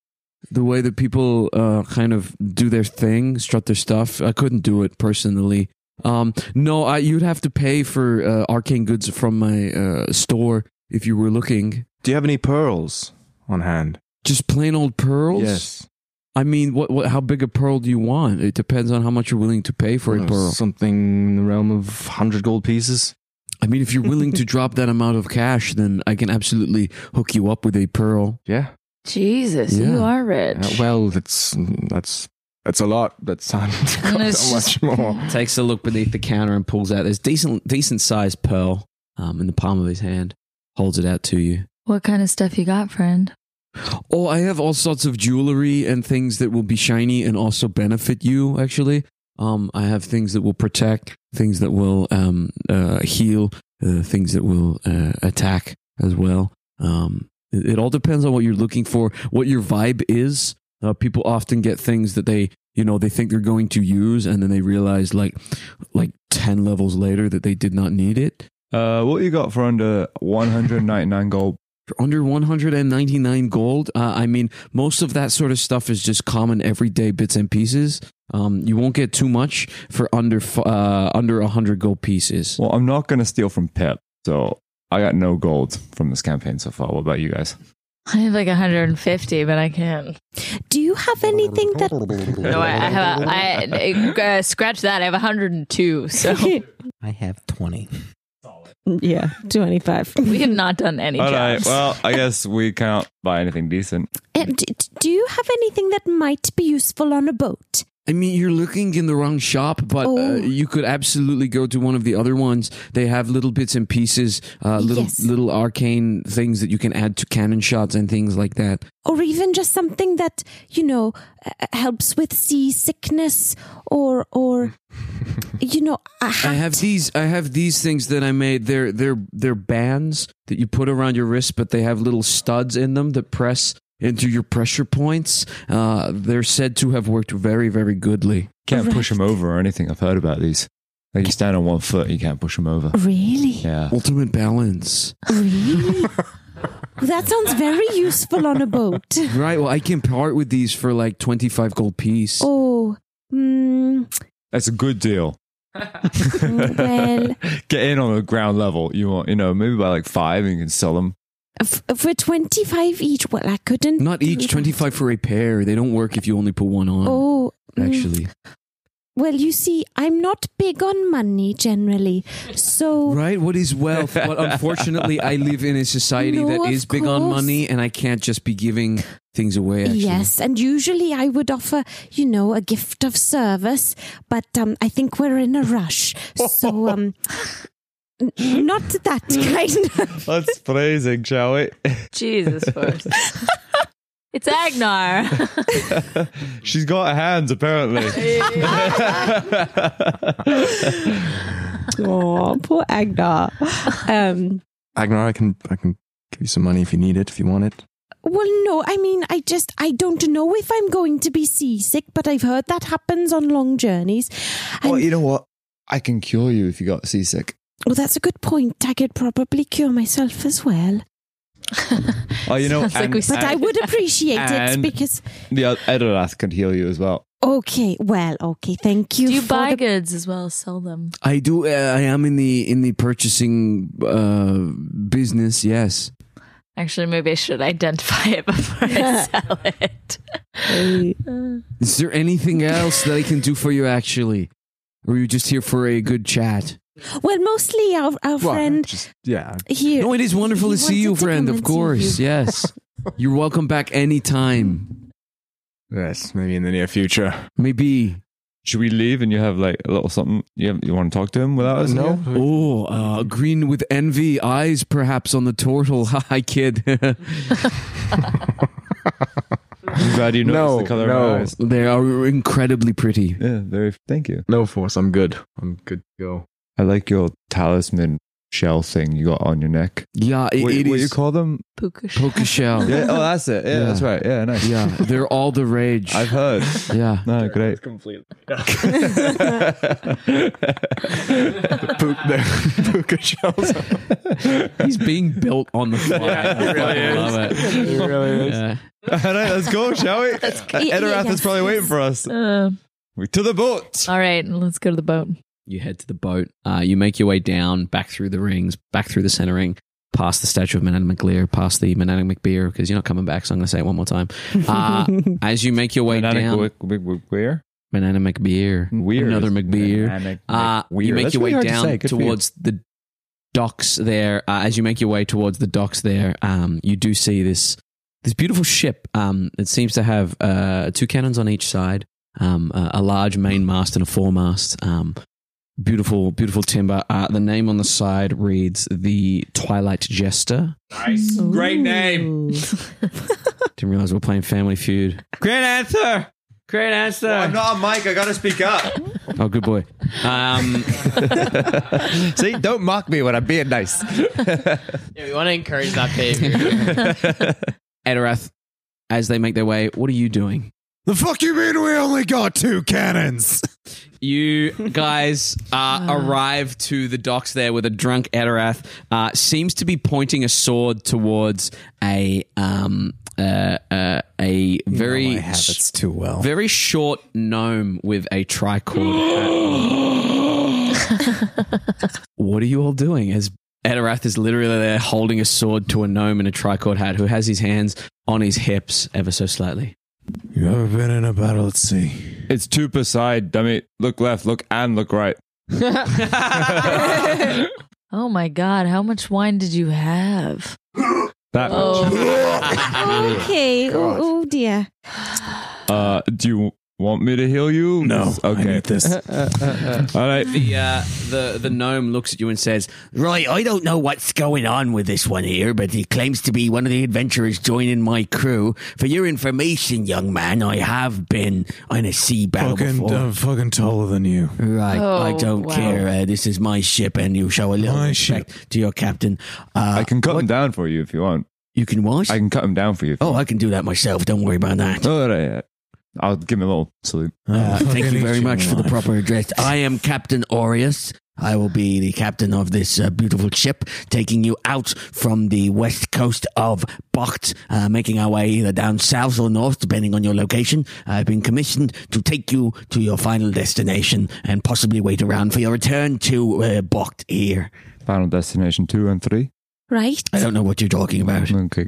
G: The way that people uh, kind of do their thing, strut their stuff. I couldn't do it personally. Um, no, I, you'd have to pay for uh, arcane goods from my uh, store if you were looking.
H: Do you have any pearls on hand?
G: Just plain old pearls?
H: Yes.
G: I mean, what, what? How big a pearl do you want? It depends on how much you're willing to pay for a
H: Well,
G: pearl.
H: Something in the realm of hundred gold pieces.
G: I mean, if you're willing to drop that amount of cash, then I can absolutely hook you up with a pearl.
H: Yeah.
F: Jesus,
G: Yeah.
F: you are rich.
H: Uh, well, that's that's that's a lot. That's not not
F: It's
H: that much
F: just-
H: more.
C: [laughs] Takes a look beneath the counter and pulls out this decent decent sized pearl um, in the palm of his hand. Holds it out to you.
F: What kind of stuff you got, friend?
G: Oh, I have all sorts of jewelry and things that will be shiny and also benefit you. Actually, um, I have things that will protect, things that will um, uh, heal, uh, things that will uh,
H: [laughs]
G: attack as well. Um, it, it all depends on what you're looking for, what your vibe is. Uh, people often get things that they, you know, they think they're going to use, and then they realize, like, like ten levels later, that they did not need it.
D: Uh, what you got for under 199 gold?
G: For under 199 gold uh, i mean most of that sort of stuff is just common everyday bits and pieces um, you won't get too much for under f- uh, under 100 gold pieces
D: Well, I'm not going to steal from Pip, so I got no gold from this campaign so far. What about you guys?
F: I have like 150, but I can't.
I: Do you have anything that
F: No, I, I have. A, I uh, scratch that. I have 102. So
E: I have 20.
I: [laughs] yeah, 25.
F: we have not done any
D: All right.
F: jobs.
D: Well,
I: [laughs]
D: I guess we can't buy anything decent.
I: Uh, d- d- do you have anything that might be useful on a boat?
G: I mean, you're looking in the wrong shop, but
I: Oh.
G: uh, you could absolutely go to one of the other ones. They have little bits and pieces, uh, little
I: Yes.
G: little arcane things that you can add to cannon shots and things like that.
I: Or even just something that, you know, uh, helps with seasickness or,
G: [laughs]
I: or you know, a hat?
G: I have these. I have these things that I made. They're they're they're bands that you put around your wrist, but they have little studs in them that press into your pressure points. Uh, they're said to have worked very very goodly.
D: Can't push them over or anything. I've heard about these. Like you stand on one foot, you can't push them over.
I: Really?
D: Yeah.
G: Ultimate balance.
I: Really? that sounds very useful on a boat.
G: Right. Well, I can part with these for like twenty five gold piece.
I: Oh, mm,
D: That's a good deal.
I: [laughs] well,
D: [laughs] Get in on the ground level. You want, you know, maybe by like five and you can sell them.
I: f- for 25 each, well, I couldn't.
G: Not
I: do
G: each,
I: that.
G: 25 for a pair. They don't work if you only put one on,
I: Oh, mm,
G: actually.
I: Well, you see, I'm not big on money generally. So,
G: Right? What is wealth? [laughs] But unfortunately, I live in a society
I: No,
G: that
I: of
G: is big on
I: course.
G: money, and I can't just be giving things away, actually.
I: yes, and usually I would offer, you know, a gift of service, but um, I think we're in a rush. So, um, n- not that
D: [laughs]
I: kind.
D: Mm. That's phrasing, shall we? [laughs]
F: Jesus first. it's
I: [laughs]
F: Agnar. [laughs]
D: She's got hands, apparently.
A: Oh, poor Agnar. Um,
H: Agnar, I can I can give you some money if you need it, if you want it.
I: Well, no, I mean, I just, I don't know if I'm going to be seasick, but I've heard that happens on long journeys. And,
D: well,
I: well,
D: you know what? I can cure you if you got seasick.
I: that's a good point. I could probably cure myself as well.
D: Oh, you know,
F: Sounds like we
D: and-
I: But I
D: and
I: would appreciate
F: [laughs]
I: it
D: and-
I: because,
D: the oth- Edorath can heal you as well.
I: okay, well, okay, thank you.
F: Do you
I: for
F: buy
I: the-
F: goods as well as sell them?
G: I do. Uh, I am in the in the purchasing uh, business. Yes,
F: Actually, maybe I should identify it [laughs] before I sell [laughs] it.
G: is there anything else that I can do for you? Actually, or are you just here for a good chat?
I: Well, mostly our, our friend
H: Just yeah.
I: here.
G: No, it is wonderful
I: He
G: to see you,
I: wanted to
G: friend.
I: come
G: Of
I: and see
G: course,
I: you. [laughs]
G: yes. You're welcome back anytime.
H: Yes, maybe in the near future.
G: Maybe
D: Should we leave and you have like a little something? You, you want to talk to him without us?
H: No.
D: here?
G: Oh, uh, green with envy, eyes perhaps on the turtle. [laughs] Hi,
D: [laughs]
G: kid.
D: I'm glad you noticed
H: No,
D: the color of
H: no.
D: my eyes.
G: they are incredibly pretty.
D: Yeah, very. Thank you.
H: No force. I'm good. I'm good to go.
D: I like your talisman shell thing you got on your neck.
G: Yeah, it,
D: what
G: it
D: what
G: is
D: you call them?
F: Puka shell.
G: poker shell.
D: [laughs] Yeah. Oh, that's it. Yeah,
G: Yeah.
D: that's right. Yeah, nice.
G: yeah, they're all the rage.
D: I've heard.
G: yeah.
D: No, great.
H: Completely.
D: the
H: Pook, [laughs] the puka shells.
G: He's being built on the fly.
H: [laughs] Yeah, it really
G: I love it.
H: It really is.
G: Yeah.
D: [laughs] All right, let's go, shall we?
I: yeah,
D: Edorath is
I: yes,
D: probably
I: yes.
D: waiting for us.
F: Uh,
D: We to the boat.
F: all right, let's go to the boat.
C: You head to the boat. Uh, you make your way down, back through the rings, back through the center ring, past the statue of Manana McLear, past the Manana McBeer, because you're not coming back, so I'm going to say it one more time.
H: [laughs]
C: Uh, as you make your way
D: Banana
C: down,
D: gu- gu- gu- Where?
C: Manana McBeer,
D: Weird.
C: another McBeer.
D: Banana
C: Uh, you
D: Weird.
C: make
D: That's
C: your
D: really
C: way
D: hard to
C: down
D: say. Good for you.
C: towards the docks there. Uh, as you make your way towards the docks there, um, you do see this this beautiful ship. Um, it seems to have uh, two cannons on each side, um, a, a large main mast and a foremast. Um, beautiful, beautiful timber. Uh, the name on the side reads the Twilight
D: [laughs]
C: Jester.
M: Nice. Great name.
C: Didn't realize we were playing Family Feud. Great answer. Great answer.
D: I'm not on mic. I gotta speak up.
C: oh, good boy. Um,
D: See, [laughs]
C: [laughs]
D: don't mock me when I'm being nice.
B: Yeah, we want to encourage that behavior.
C: [laughs] Edorath, as they make their way, what are you doing?
E: The fuck you mean we only got
J: [laughs]
E: two cannons?
C: You guys uh, arrive to the docks there with a drunk Adarath. Uh, seems to be pointing a sword towards a um, uh, uh, a very
E: I have it's too well.
C: very short gnome with a
E: [gasps]
C: tricord. what are you all doing as Edirath is literally there holding a sword to a gnome in a tricord hat who has his hands on his hips ever so slightly.
D: You ever been in a battle at sea? It's two per side, dummy. Look left, look and look right.
F: Oh my god, how much wine did you have?
D: That [laughs]
F: Oh. [laughs]
I: Okay. Oh,
D: God.
I: oh dear.
D: much. Uh, do you want me to heal you? No. Okay. [laughs] All right.
C: The, uh, the the gnome looks at you and says,
J: Right, I don't know what's going on with this one here, but he claims to be one of the adventurers joining my crew. For your information, young man, I have been on a sea battle
N: Fucking,
J: before.
N: I'm fucking taller than you.
J: Right, I
N: Oh,
J: don't
N: wow.
J: care. Uh, this is my ship, and you show a little respect to your captain. Uh,
D: I can cut him down for you if you want.
J: You can what?
D: I can cut him down for you.
J: Oh, I can do that myself. Don't worry about that.
D: All right. I'll give him a little salute.
J: Uh, thank you very much for the proper address. I am Captain Aureus. I will be the captain of this uh, beautiful ship, taking you out from the west coast of Bocht, uh, making our way either down south or north, depending on your location. I've been commissioned to take you to your final destination and possibly wait around for your return to uh, Bocht here.
D: Final destination two and three.
I: Right.
J: I don't know what you're talking about.
D: Okay.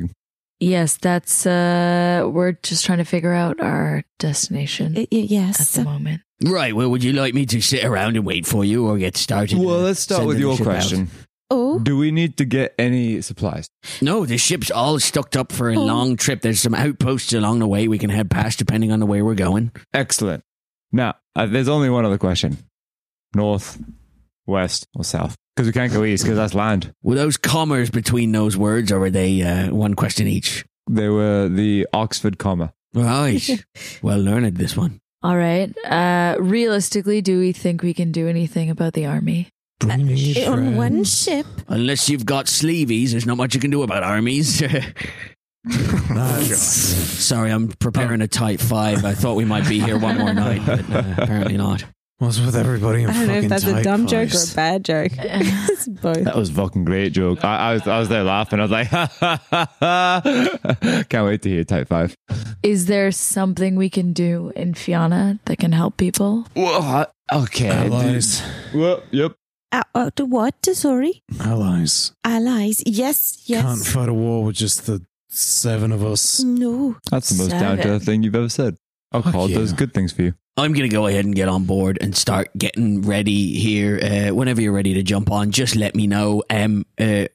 F: Yes, that's uh we're just trying to figure out our destination.
I: yes.
F: At the moment.
J: Right, well, would you like me to sit around and wait for you or get started?
D: Well, let's start
J: Send
D: with
J: the
D: your
J: ship out.
D: question.
I: Oh.
D: Do we need to get any supplies?
J: No, the ship's all stocked up for a long trip. There's some outposts along the way we can head past depending on the way we're going.
D: Excellent. Now, uh, there's only one other question: north, west, or south? Because we can't go east because that's land.
J: Were those commas between those words, or were they uh, one question each?
D: They were the Oxford comma.
J: Right. well learned, this one.
F: All right. Uh realistically, do we think we can do anything about the army?
I: Uh, On one ship.
J: Unless you've got sleeveys, there's not much you can do about armies. [laughs] Sorry, I'm preparing a tight five. I thought we might be here one more night, but uh, apparently not.
N: What's with everybody in
I: I don't know if
N: fucking
I: that's a
N: tight
I: dumb joke or
N: fives?
I: a bad
F: [laughs]
I: joke. [laughs] it's both.
D: That was a fucking great joke. I, I was I was there laughing. I was like, [laughs] ha, ha, ha, ha. [laughs] can't wait to hear type five.
F: Is there something we can do in Fiana that can help people?
D: Whoa, okay.
N: Allies.
D: Well, yep.
I: Uh, uh, the what? Sorry.
N: Allies.
I: Allies. Yes. Yes.
N: Can't fight a war with just the seven of
J: [laughs]
N: us.
I: No.
D: That's the most down to earth thing you've ever said. Alcohol
J: yeah.
D: does good things for you.
J: I'm going to go ahead and get on board and start getting ready here. Uh, whenever you're ready to jump on, just let me know. Um, uh,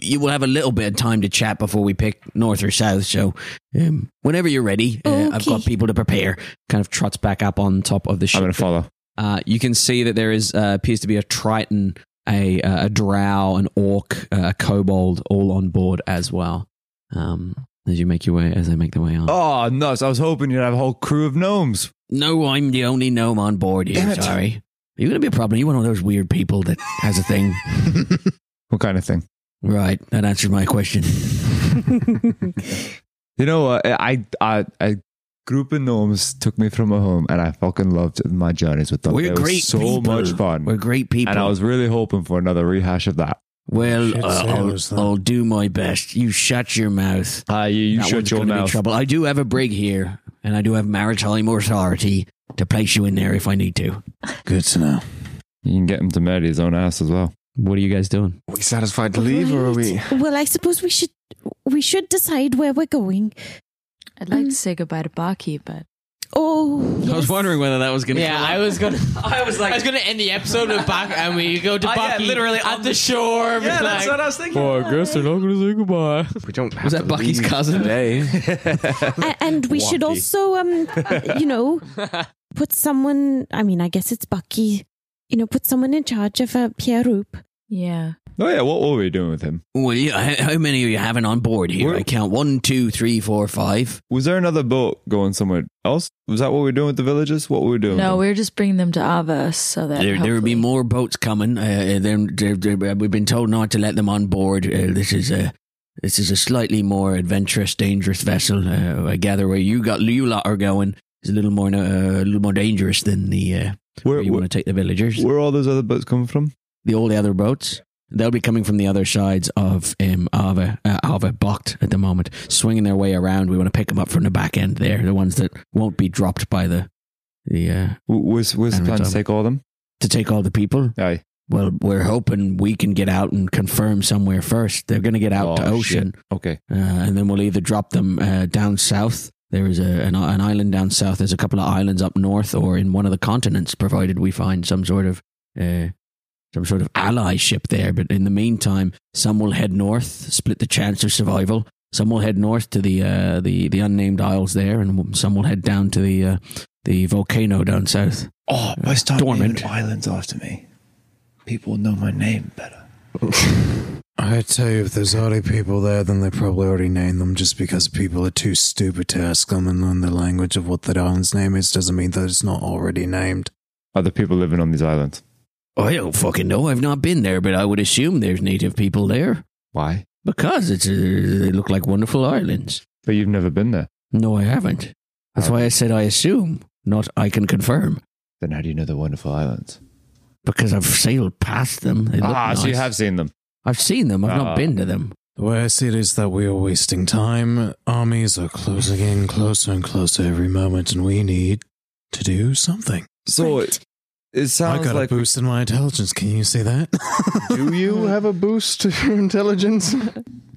J: you will have a little bit of time to chat before we pick north or south. So, um,
C: Whenever you're ready, uh, I've got
J: Okay.
C: people to prepare. Kind of trots back up on top of the ship. I'm going
D: to follow.
C: Uh, you can see that there is uh, appears to be a triton, a uh, a drow, an orc, uh, a kobold, all on board as well. Um, as you make your way, as I make the way on.
D: Oh, nuts. I was hoping you'd have a whole crew of gnomes.
J: No, I'm the only gnome on board
D: Damn
J: here.
D: it.
J: Sorry. You're going to be a problem. You're one of those weird people that has a thing.
D: [laughs] What kind of thing?
J: Right. That answers my question.
D: You know what? I, I, I, group of gnomes took me from my home, and I fucking loved my journeys with them.
J: We're
D: They were
J: great
D: so
J: people.
D: much fun.
J: We're great people.
D: And I was really hoping for another rehash of that.
J: Well,
D: Shit
J: uh,
D: sailors,
J: I'll, I'll do my best. You shut your mouth.
D: Ah, you,
J: that
D: shut
J: one's
D: your
J: gonna be
D: mouth.
J: trouble. I do have a brig here, and I do have maritime authority to place you in there if I need to.
D: Good to know. You can get him to murder his own ass as well.
C: What are you guys doing?
D: we satisfied to
I: leave, or are we- Well, I suppose we should we should decide where we're going. Um,
F: I'd like to say goodbye to Baki, but
I: Oh,
C: I was wondering whether that was going to.
B: Yeah, I was
C: [laughs]
B: gonna. I was like, I was gonna end the episode with Bach, and we go to
C: Oh, yeah,
B: Baki
C: literally
B: at the shore.
C: Yeah, that's what I was thinking.
B: Oh, I guess they're not gonna say goodbye.
H: We don't.
B: Was that Bucky's cousin? [laughs]
H: Today.
I: and, and we should
H: Wonky.
I: also, um, you know, put someone. I mean, I guess it's Bucky. You know, put someone in charge of uh, Pierre Roop.
F: Yeah.
D: Oh yeah, what were we doing with him?
J: Well, yeah, how, how many are you having on board here? I count one, two, three, four, five.
D: Was there another boat going somewhere else? Was that what we were doing with the villagers? What were we doing?
F: no, we are just bringing them to Ava so that
J: There, there will be
F: hopefully-
J: more boats coming. Uh, they're, they're, they're- we've been told not to let them on board. Uh, this is a this is a slightly more adventurous, dangerous vessel. Uh, I gather where you got you lot are going is a little more uh, a little more dangerous than the uh, where, you want to take the villagers.
D: Where are all those other boats coming from?
J: The all the other boats. They'll be coming from the other sides of um, Ava, uh, Ava Bocht at the moment, swinging their way around. We want to pick them up from the back end there, the ones that won't be dropped by the the. Uh,
D: was was the plan to take all of them?
J: To take all the people?
D: Aye.
J: Well, we're hoping we can get out and confirm somewhere first. They're going to get out to
N: Oh,
J: ocean.
N: shit. Okay.
J: Uh, and then we'll either drop them uh, down south. There is a, an, an island down south. There's a couple of islands up north or in one of the continents, provided we find some sort of. Uh, some sort of ally ship there, but in the meantime, some will head north, split the chance of survival. Some will head north to the uh, the the unnamed isles there, and some will head down to the uh, the volcano down south.
O: Oh, by start
J: dormant.
O: naming islands after me, people will know my name better.
E: I tell you, if there's already people there, then they probably already named them just because people are too stupid to ask them and learn the language of what that island's name is doesn't mean that it's not already named.
D: Other people living on these islands.
J: I don't fucking know. I've not been there, but I would assume there's native people there.
D: Why?
J: Because it's uh, they look like wonderful islands.
D: But you've never been there.
J: No, I haven't. That's why I said I assume, not I can confirm.
D: Then how do you know they're wonderful islands?
J: Because I've sailed past them. They look
D: Ah, so you
J: nice.
D: have seen them.
J: I've seen them. I've
D: Ah.
E: Ah.
J: not been to them.
E: The way I see it is that we are wasting time. Armies are closing in closer and closer every moment, and we need to do something.
D: So it, it
E: I
D: sounds
E: got
D: like
E: a boost in my intelligence. Can you see that?
H: [laughs] Do you have a boost to your intelligence?
D: [laughs]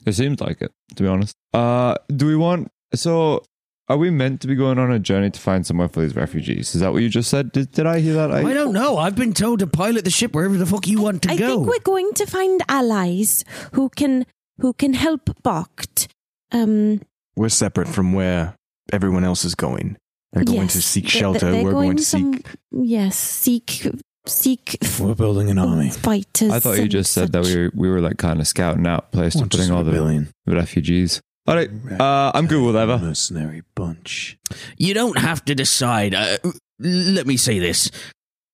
D: It seems like it, to be honest. Uh, do we want? So, are we meant to be going on a journey to find somewhere for these refugees? Is that what you just said? Did, did I hear that?
J: I don't know. I've been told to pilot the ship wherever the fuck you want to
I: I
J: go.
I: think we're going to find allies who can who can help Bokt. Um,
H: We're separate from where everyone else is going. They're going to
I: yes,
H: seek
I: th- th-
H: shelter.
I: they're
H: We're going, to seek.
I: some- Yes, seek seek
E: We're building an army.
I: fighters.
D: I thought you
I: and
D: just said that we were, we were like kind of scouting out place to
E: Well, just
D: putting all the
E: rebellion.
D: refugees. All right, uh, I'm good with ever.
E: Mercenary bunch.
J: You don't have to decide. Uh, let me say this.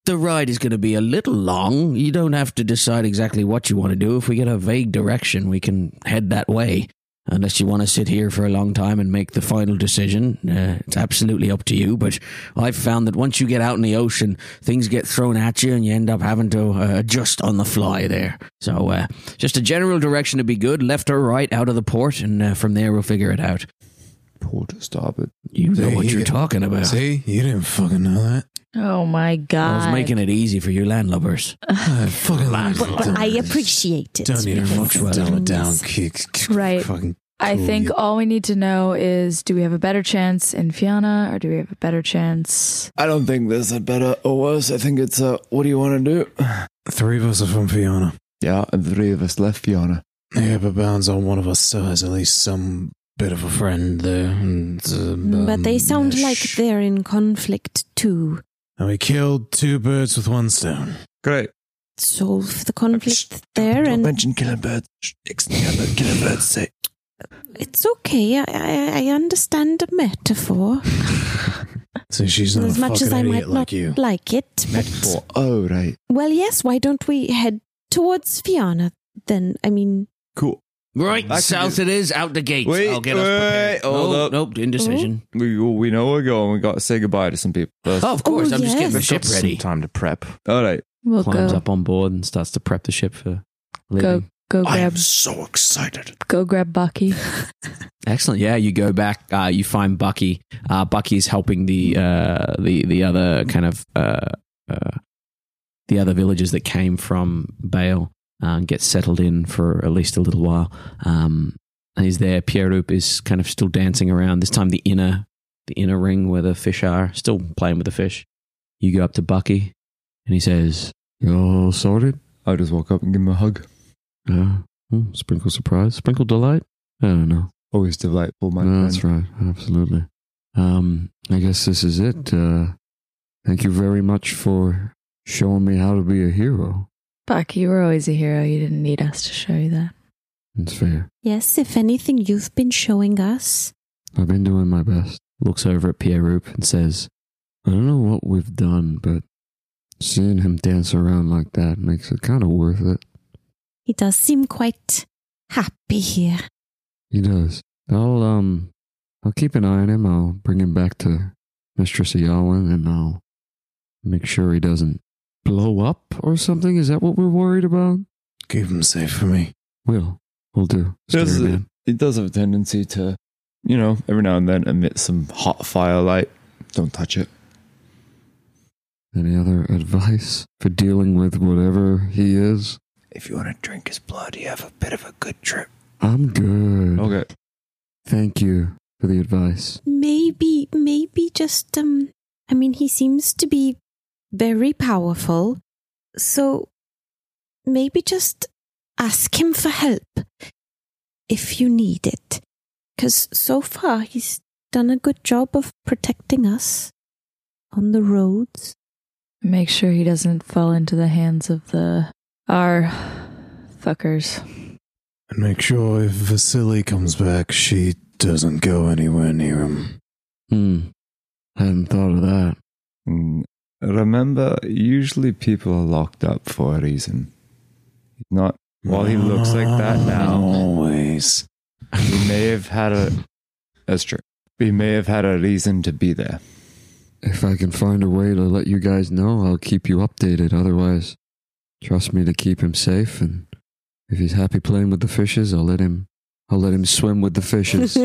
J: The ride is going to be a little long. You don't have to decide exactly what you want to do. If we get a vague direction, we can head that way. Unless you want to sit here for a long time and make the final decision, uh, it's absolutely up to you. But I've found that once you get out in the ocean, things get thrown at you and you end up having to uh, adjust on the fly there. So uh, just a general direction would be good, left or right out of the port, and uh, from there we'll figure it out.
D: Port to starboard.
J: You know
E: See,
J: what
E: he
J: you're
E: did-
J: talking about.
E: See, you didn't fucking know that.
F: Oh my god.
J: I
D: Uh,
J: was making it easy for you
D: [laughs]
J: landlubbers.
E: I fucking
I: But,
J: [laughs]
I: but I appreciate it.
E: Don't need to
I: because-
E: fucking dumb it down, kick.
F: Right.
E: Fucking
F: I
E: cool,
F: think
E: you-
F: all we need to know is do we have a better chance in Fianna or do we have a better chance?
O: I don't think there's a better or worse. I think it's a what do you want to do?
E: Three of us are from Fiona.
D: Yeah, and three of us left, Fiona.
E: Yeah, but Bounds on one of us still has at least some bit of a friend there. And, uh,
I: But they
E: um,
I: sound
E: ish.
I: like they're in conflict too.
E: And we killed two birds with one stone.
D: Great.
I: Solve the conflict there,
O: Don't
I: and
O: mention killing birds. Shh, Nixon, killing killing birds. Say
I: it's okay. I, I, I understand a metaphor.
E: So she's not
I: as
E: a
I: much
E: fucking
I: as I might
E: idiot
I: not
E: like you.
I: like it.
D: Metaphor. Oh, right.
I: Well, yes, why don't we head towards Fiana then? I mean,
D: Cool.
J: Right,
D: That could
J: south
D: be-
J: it is, out the gate.
D: Wait,
J: I'll get
D: wait,
J: us prepared.
D: hold
J: nope,
D: up.
J: nope, indecision.
D: We we know we're going. We got to say goodbye to some people. That's-
J: Oh, of course, I'm just getting the
F: yes.
J: ship ready.
H: time to prep.
D: All right.
F: We'll
C: climbs
F: go
C: up on board and starts to prep the ship for
F: go
C: leaving.
F: go
O: I
F: grab
O: am so excited.
F: go grab Bucky.
C: Excellent. Yeah, you go back. Uh, you find Bucky. Uh, Bucky is helping the uh, the the other kind of uh, uh, the other villagers that came from Bale uh, get settled in for at least a little while. Um, and he's there. Pierrup is kind of still dancing around. This time, the inner the inner ring where the fish are still playing with the fish. You go up to Bucky, and he says,
N: You all sorted?
D: I just walk up and give him a hug.
N: Yeah. Hmm, sprinkle surprise, sprinkle delight. I don't know.
D: Always delightful, my
N: No,
D: friend.
N: that's right. Absolutely. Um, I guess this is it. Uh, thank you very much for showing me how to be a hero.
F: Bucky, you were always a hero. You didn't need us to show you that.
N: It's fair.
I: yes, if anything, you've been showing us.
N: I've been doing my best.
C: looks over at Pierrup and says,
N: I don't know what we've done, but seeing him dance around like that makes it kind of worth it.
I: He does seem quite happy here.
N: He does. I'll um, I'll keep an eye on him. I'll bring him back to Mistress Yalwin, and I'll make sure he doesn't blow up or something. Is that what we're worried about?
E: Keep him safe for me.
N: Will, will do.
D: There's
N: Scary
D: a-
N: man.
D: it does have a tendency to, you know, every now and then emit some hot fire light. Don't touch it.
G: Any other advice for dealing with whatever he is?
P: If you want to drink his blood, you have a bit of a good trip.
G: I'm good. Okay. Thank you for the advice.
I: Maybe, maybe just, um, I mean, he seems to be very powerful. So maybe just ask him for help if you need it. Because so far he's done a good job of protecting us on the roads.
F: Make sure he doesn't fall into the hands of the our fuckers.
N: And make sure if Vasily comes back, she doesn't go anywhere near him.
G: Hmm. I hadn't thought of that.
D: Mm, Remember, usually people are locked up for a reason. Not while he looks like that now.
N: Always.
D: He may have had a. That's true. He may have had a reason to be there.
G: If I can find a way to let you guys know, I'll keep you updated. Otherwise, trust me to keep him safe. And if he's happy playing with the fishes, I'll let him. I'll let him swim with
I: [laughs]
G: the fishes.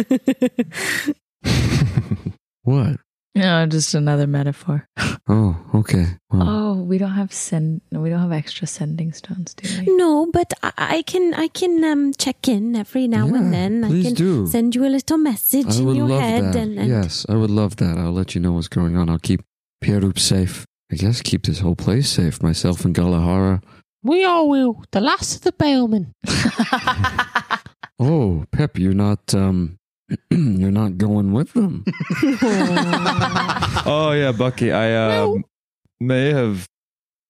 F: [laughs]
G: what?
F: No, just another metaphor.
G: Oh, okay.
N: Hmm.
G: Well,
F: Oh, we don't have send. We don't have extra sending stones, do we?
I: No, but I, I can I can um, check in every now and then. I
G: please
I: can
G: do.
I: send you a little message
G: I
I: in
G: would
I: your
G: love
I: head
G: that.
I: and, and
G: yes, I would love that. I'll let you know what's going on. I'll keep Pierup safe. I guess keep this whole place safe. Myself and Galahara.
A: We all will. The last of the bellmen.
G: Oh, Pep, you're not um, [clears throat] you're not going with them.
D: [laughs] Oh yeah, Bucky, I uh, may have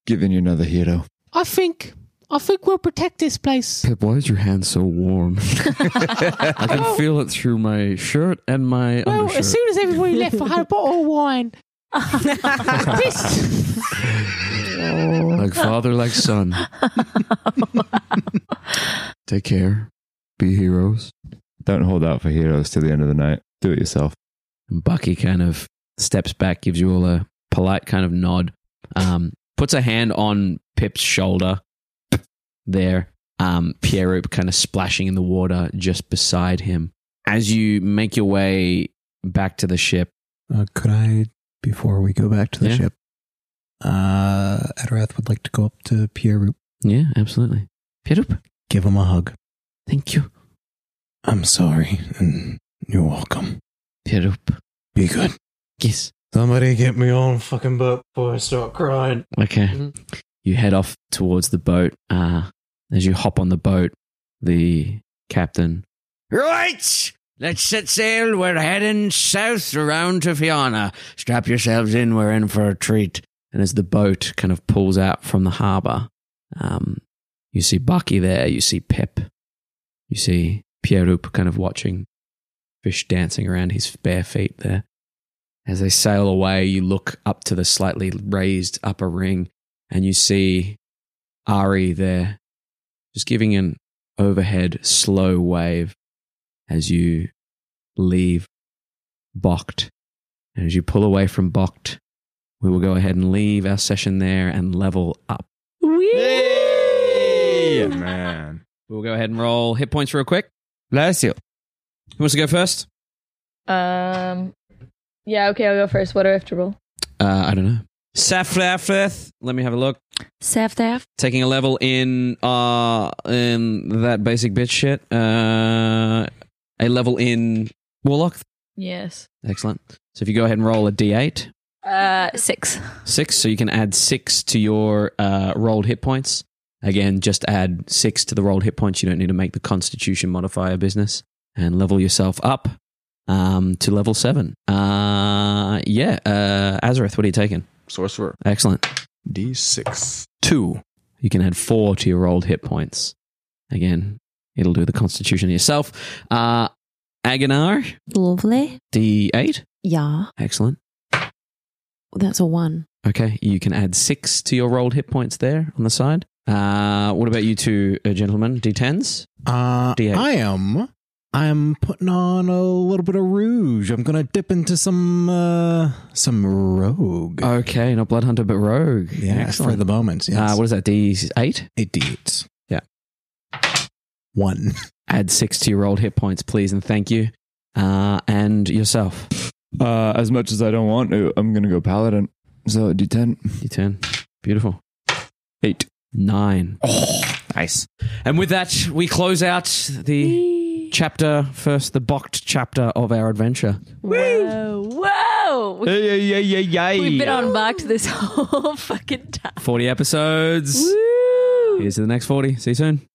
D: given you another hero.
A: I think I think we'll protect this place.
G: Pep, why is your hand so
D: [laughs]
G: warm? I can feel it through my shirt and my
A: Well,
G: undershirt.
A: as
G: [laughs]
A: soon as everybody left, I had a bottle of wine. this,
G: like
N: [laughs]
G: father, like
D: [laughs]
G: son. Take care. Be heroes.
D: Don't hold out for heroes till the end of the night. Do it yourself.
C: And Bucky kind of steps back, gives you all a polite kind of nod, um, puts a hand on Pip's shoulder there. Um, Pierrot kind of splashing in the water just beside him. As you make your way back to the ship,
E: Uh, could I, before we go back to the
C: Yeah.
E: ship, uh, Edorath would like to go up to Pierre Roop.
C: Yeah, absolutely. Pierre
E: Give him a hug.
C: Thank you.
N: I'm sorry, and you're welcome.
C: Pierup.
N: Be good.
C: Yes.
N: Somebody get me on fucking boat before I start crying. Mm-hmm.
C: Okay. You head off towards the boat. Uh, as you hop on the boat, the captain.
J: Right! Let's set sail. We're heading south around to Fiona. Strap yourselves in. We're in for a treat.
C: And as the boat kind of pulls out from the harbor, um, you see Bucky there. You see Pip. You see Pierup kind of watching fish dancing around his bare feet there. As they sail away, you look up to the slightly raised upper ring and you see Ari there, just giving an overhead slow wave as you leave Bocht. And as you pull away from Bocht, we will go ahead and leave our session there and level up.
D: Yeah, man.
C: We'll go ahead and roll hit points real quick.
D: Bless you.
C: Who wants to go first?
F: Um. Yeah. Okay. I'll go first. What do I have to roll?
C: Uh, I don't know. Safrafeth. Let me have a look.
F: Safthaf.
C: Taking a level in uh in that basic bitch shit. Uh, a level in Warlock.
F: Yes.
C: Excellent. So if you go ahead and roll a d8,
F: Uh, six.
C: six, so you can add six to your uh, rolled hit points. Again, just add six to the rolled hit points. You don't need to make the Constitution modifier business and level yourself up um, to level seven. Uh, yeah, uh, Azareth, what are you taking?
H: Sorcerer.
C: Excellent.
H: D6.
C: Two. You can add four to your rolled hit points. Again, it'll do the Constitution yourself. Uh, Agonar,
K: Lovely.
C: D8.
K: Yeah.
C: Excellent.
K: That's a one.
C: Okay, you can add six to your rolled hit points there on the side. Uh, what about you two uh, gentlemen? D10s?
E: Uh,
C: D8.
E: I am. I'm putting on a little bit of rouge. I'm gonna dip into some uh, some rogue.
C: Okay, not Bloodhunter, but Rogue.
E: Yeah, for the moment. Yes.
C: Uh, what is that, D8?
E: Eight D8s.
C: Yeah.
E: One.
C: Add six to your rolled hit points, please, and thank you. Uh, and yourself.
D: Uh, as much as I don't want to, I'm gonna go paladin. So D10.
C: D10. Beautiful. Eight. Nine. Oh, nice. And with that, we close out the chapter, first, the Bocht chapter of our adventure.
F: Whoa! Whoa!
C: Yay, yay, yay, yay, yay.
F: We've been on Bucked this [laughs] whole fucking time.
C: 40 episodes. Here's to the next 40. See you soon.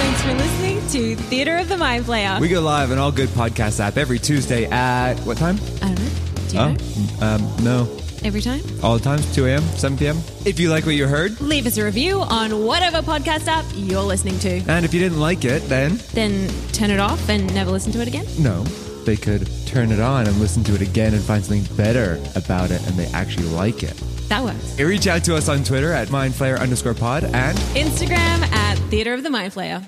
I: Thanks for listening to Theater of the Mind Playoff.
D: We go live on all good podcast app every Tuesday at what time?
I: I don't know. Do you know?
D: um, no.
I: Every time?
D: All the times, 2 a.m., 7 p.m. If you like what you heard,
I: Leave us a review on whatever podcast app you're listening to.
D: and if you didn't like it, then
I: Then turn it off and never listen to it again.
D: no. They could turn it on and listen to it again and find something better about it and they actually like it.
I: That works.
D: Reach out to us on Twitter at mindflayer underscore pod and
I: Instagram at Theater of the Mind Flayer.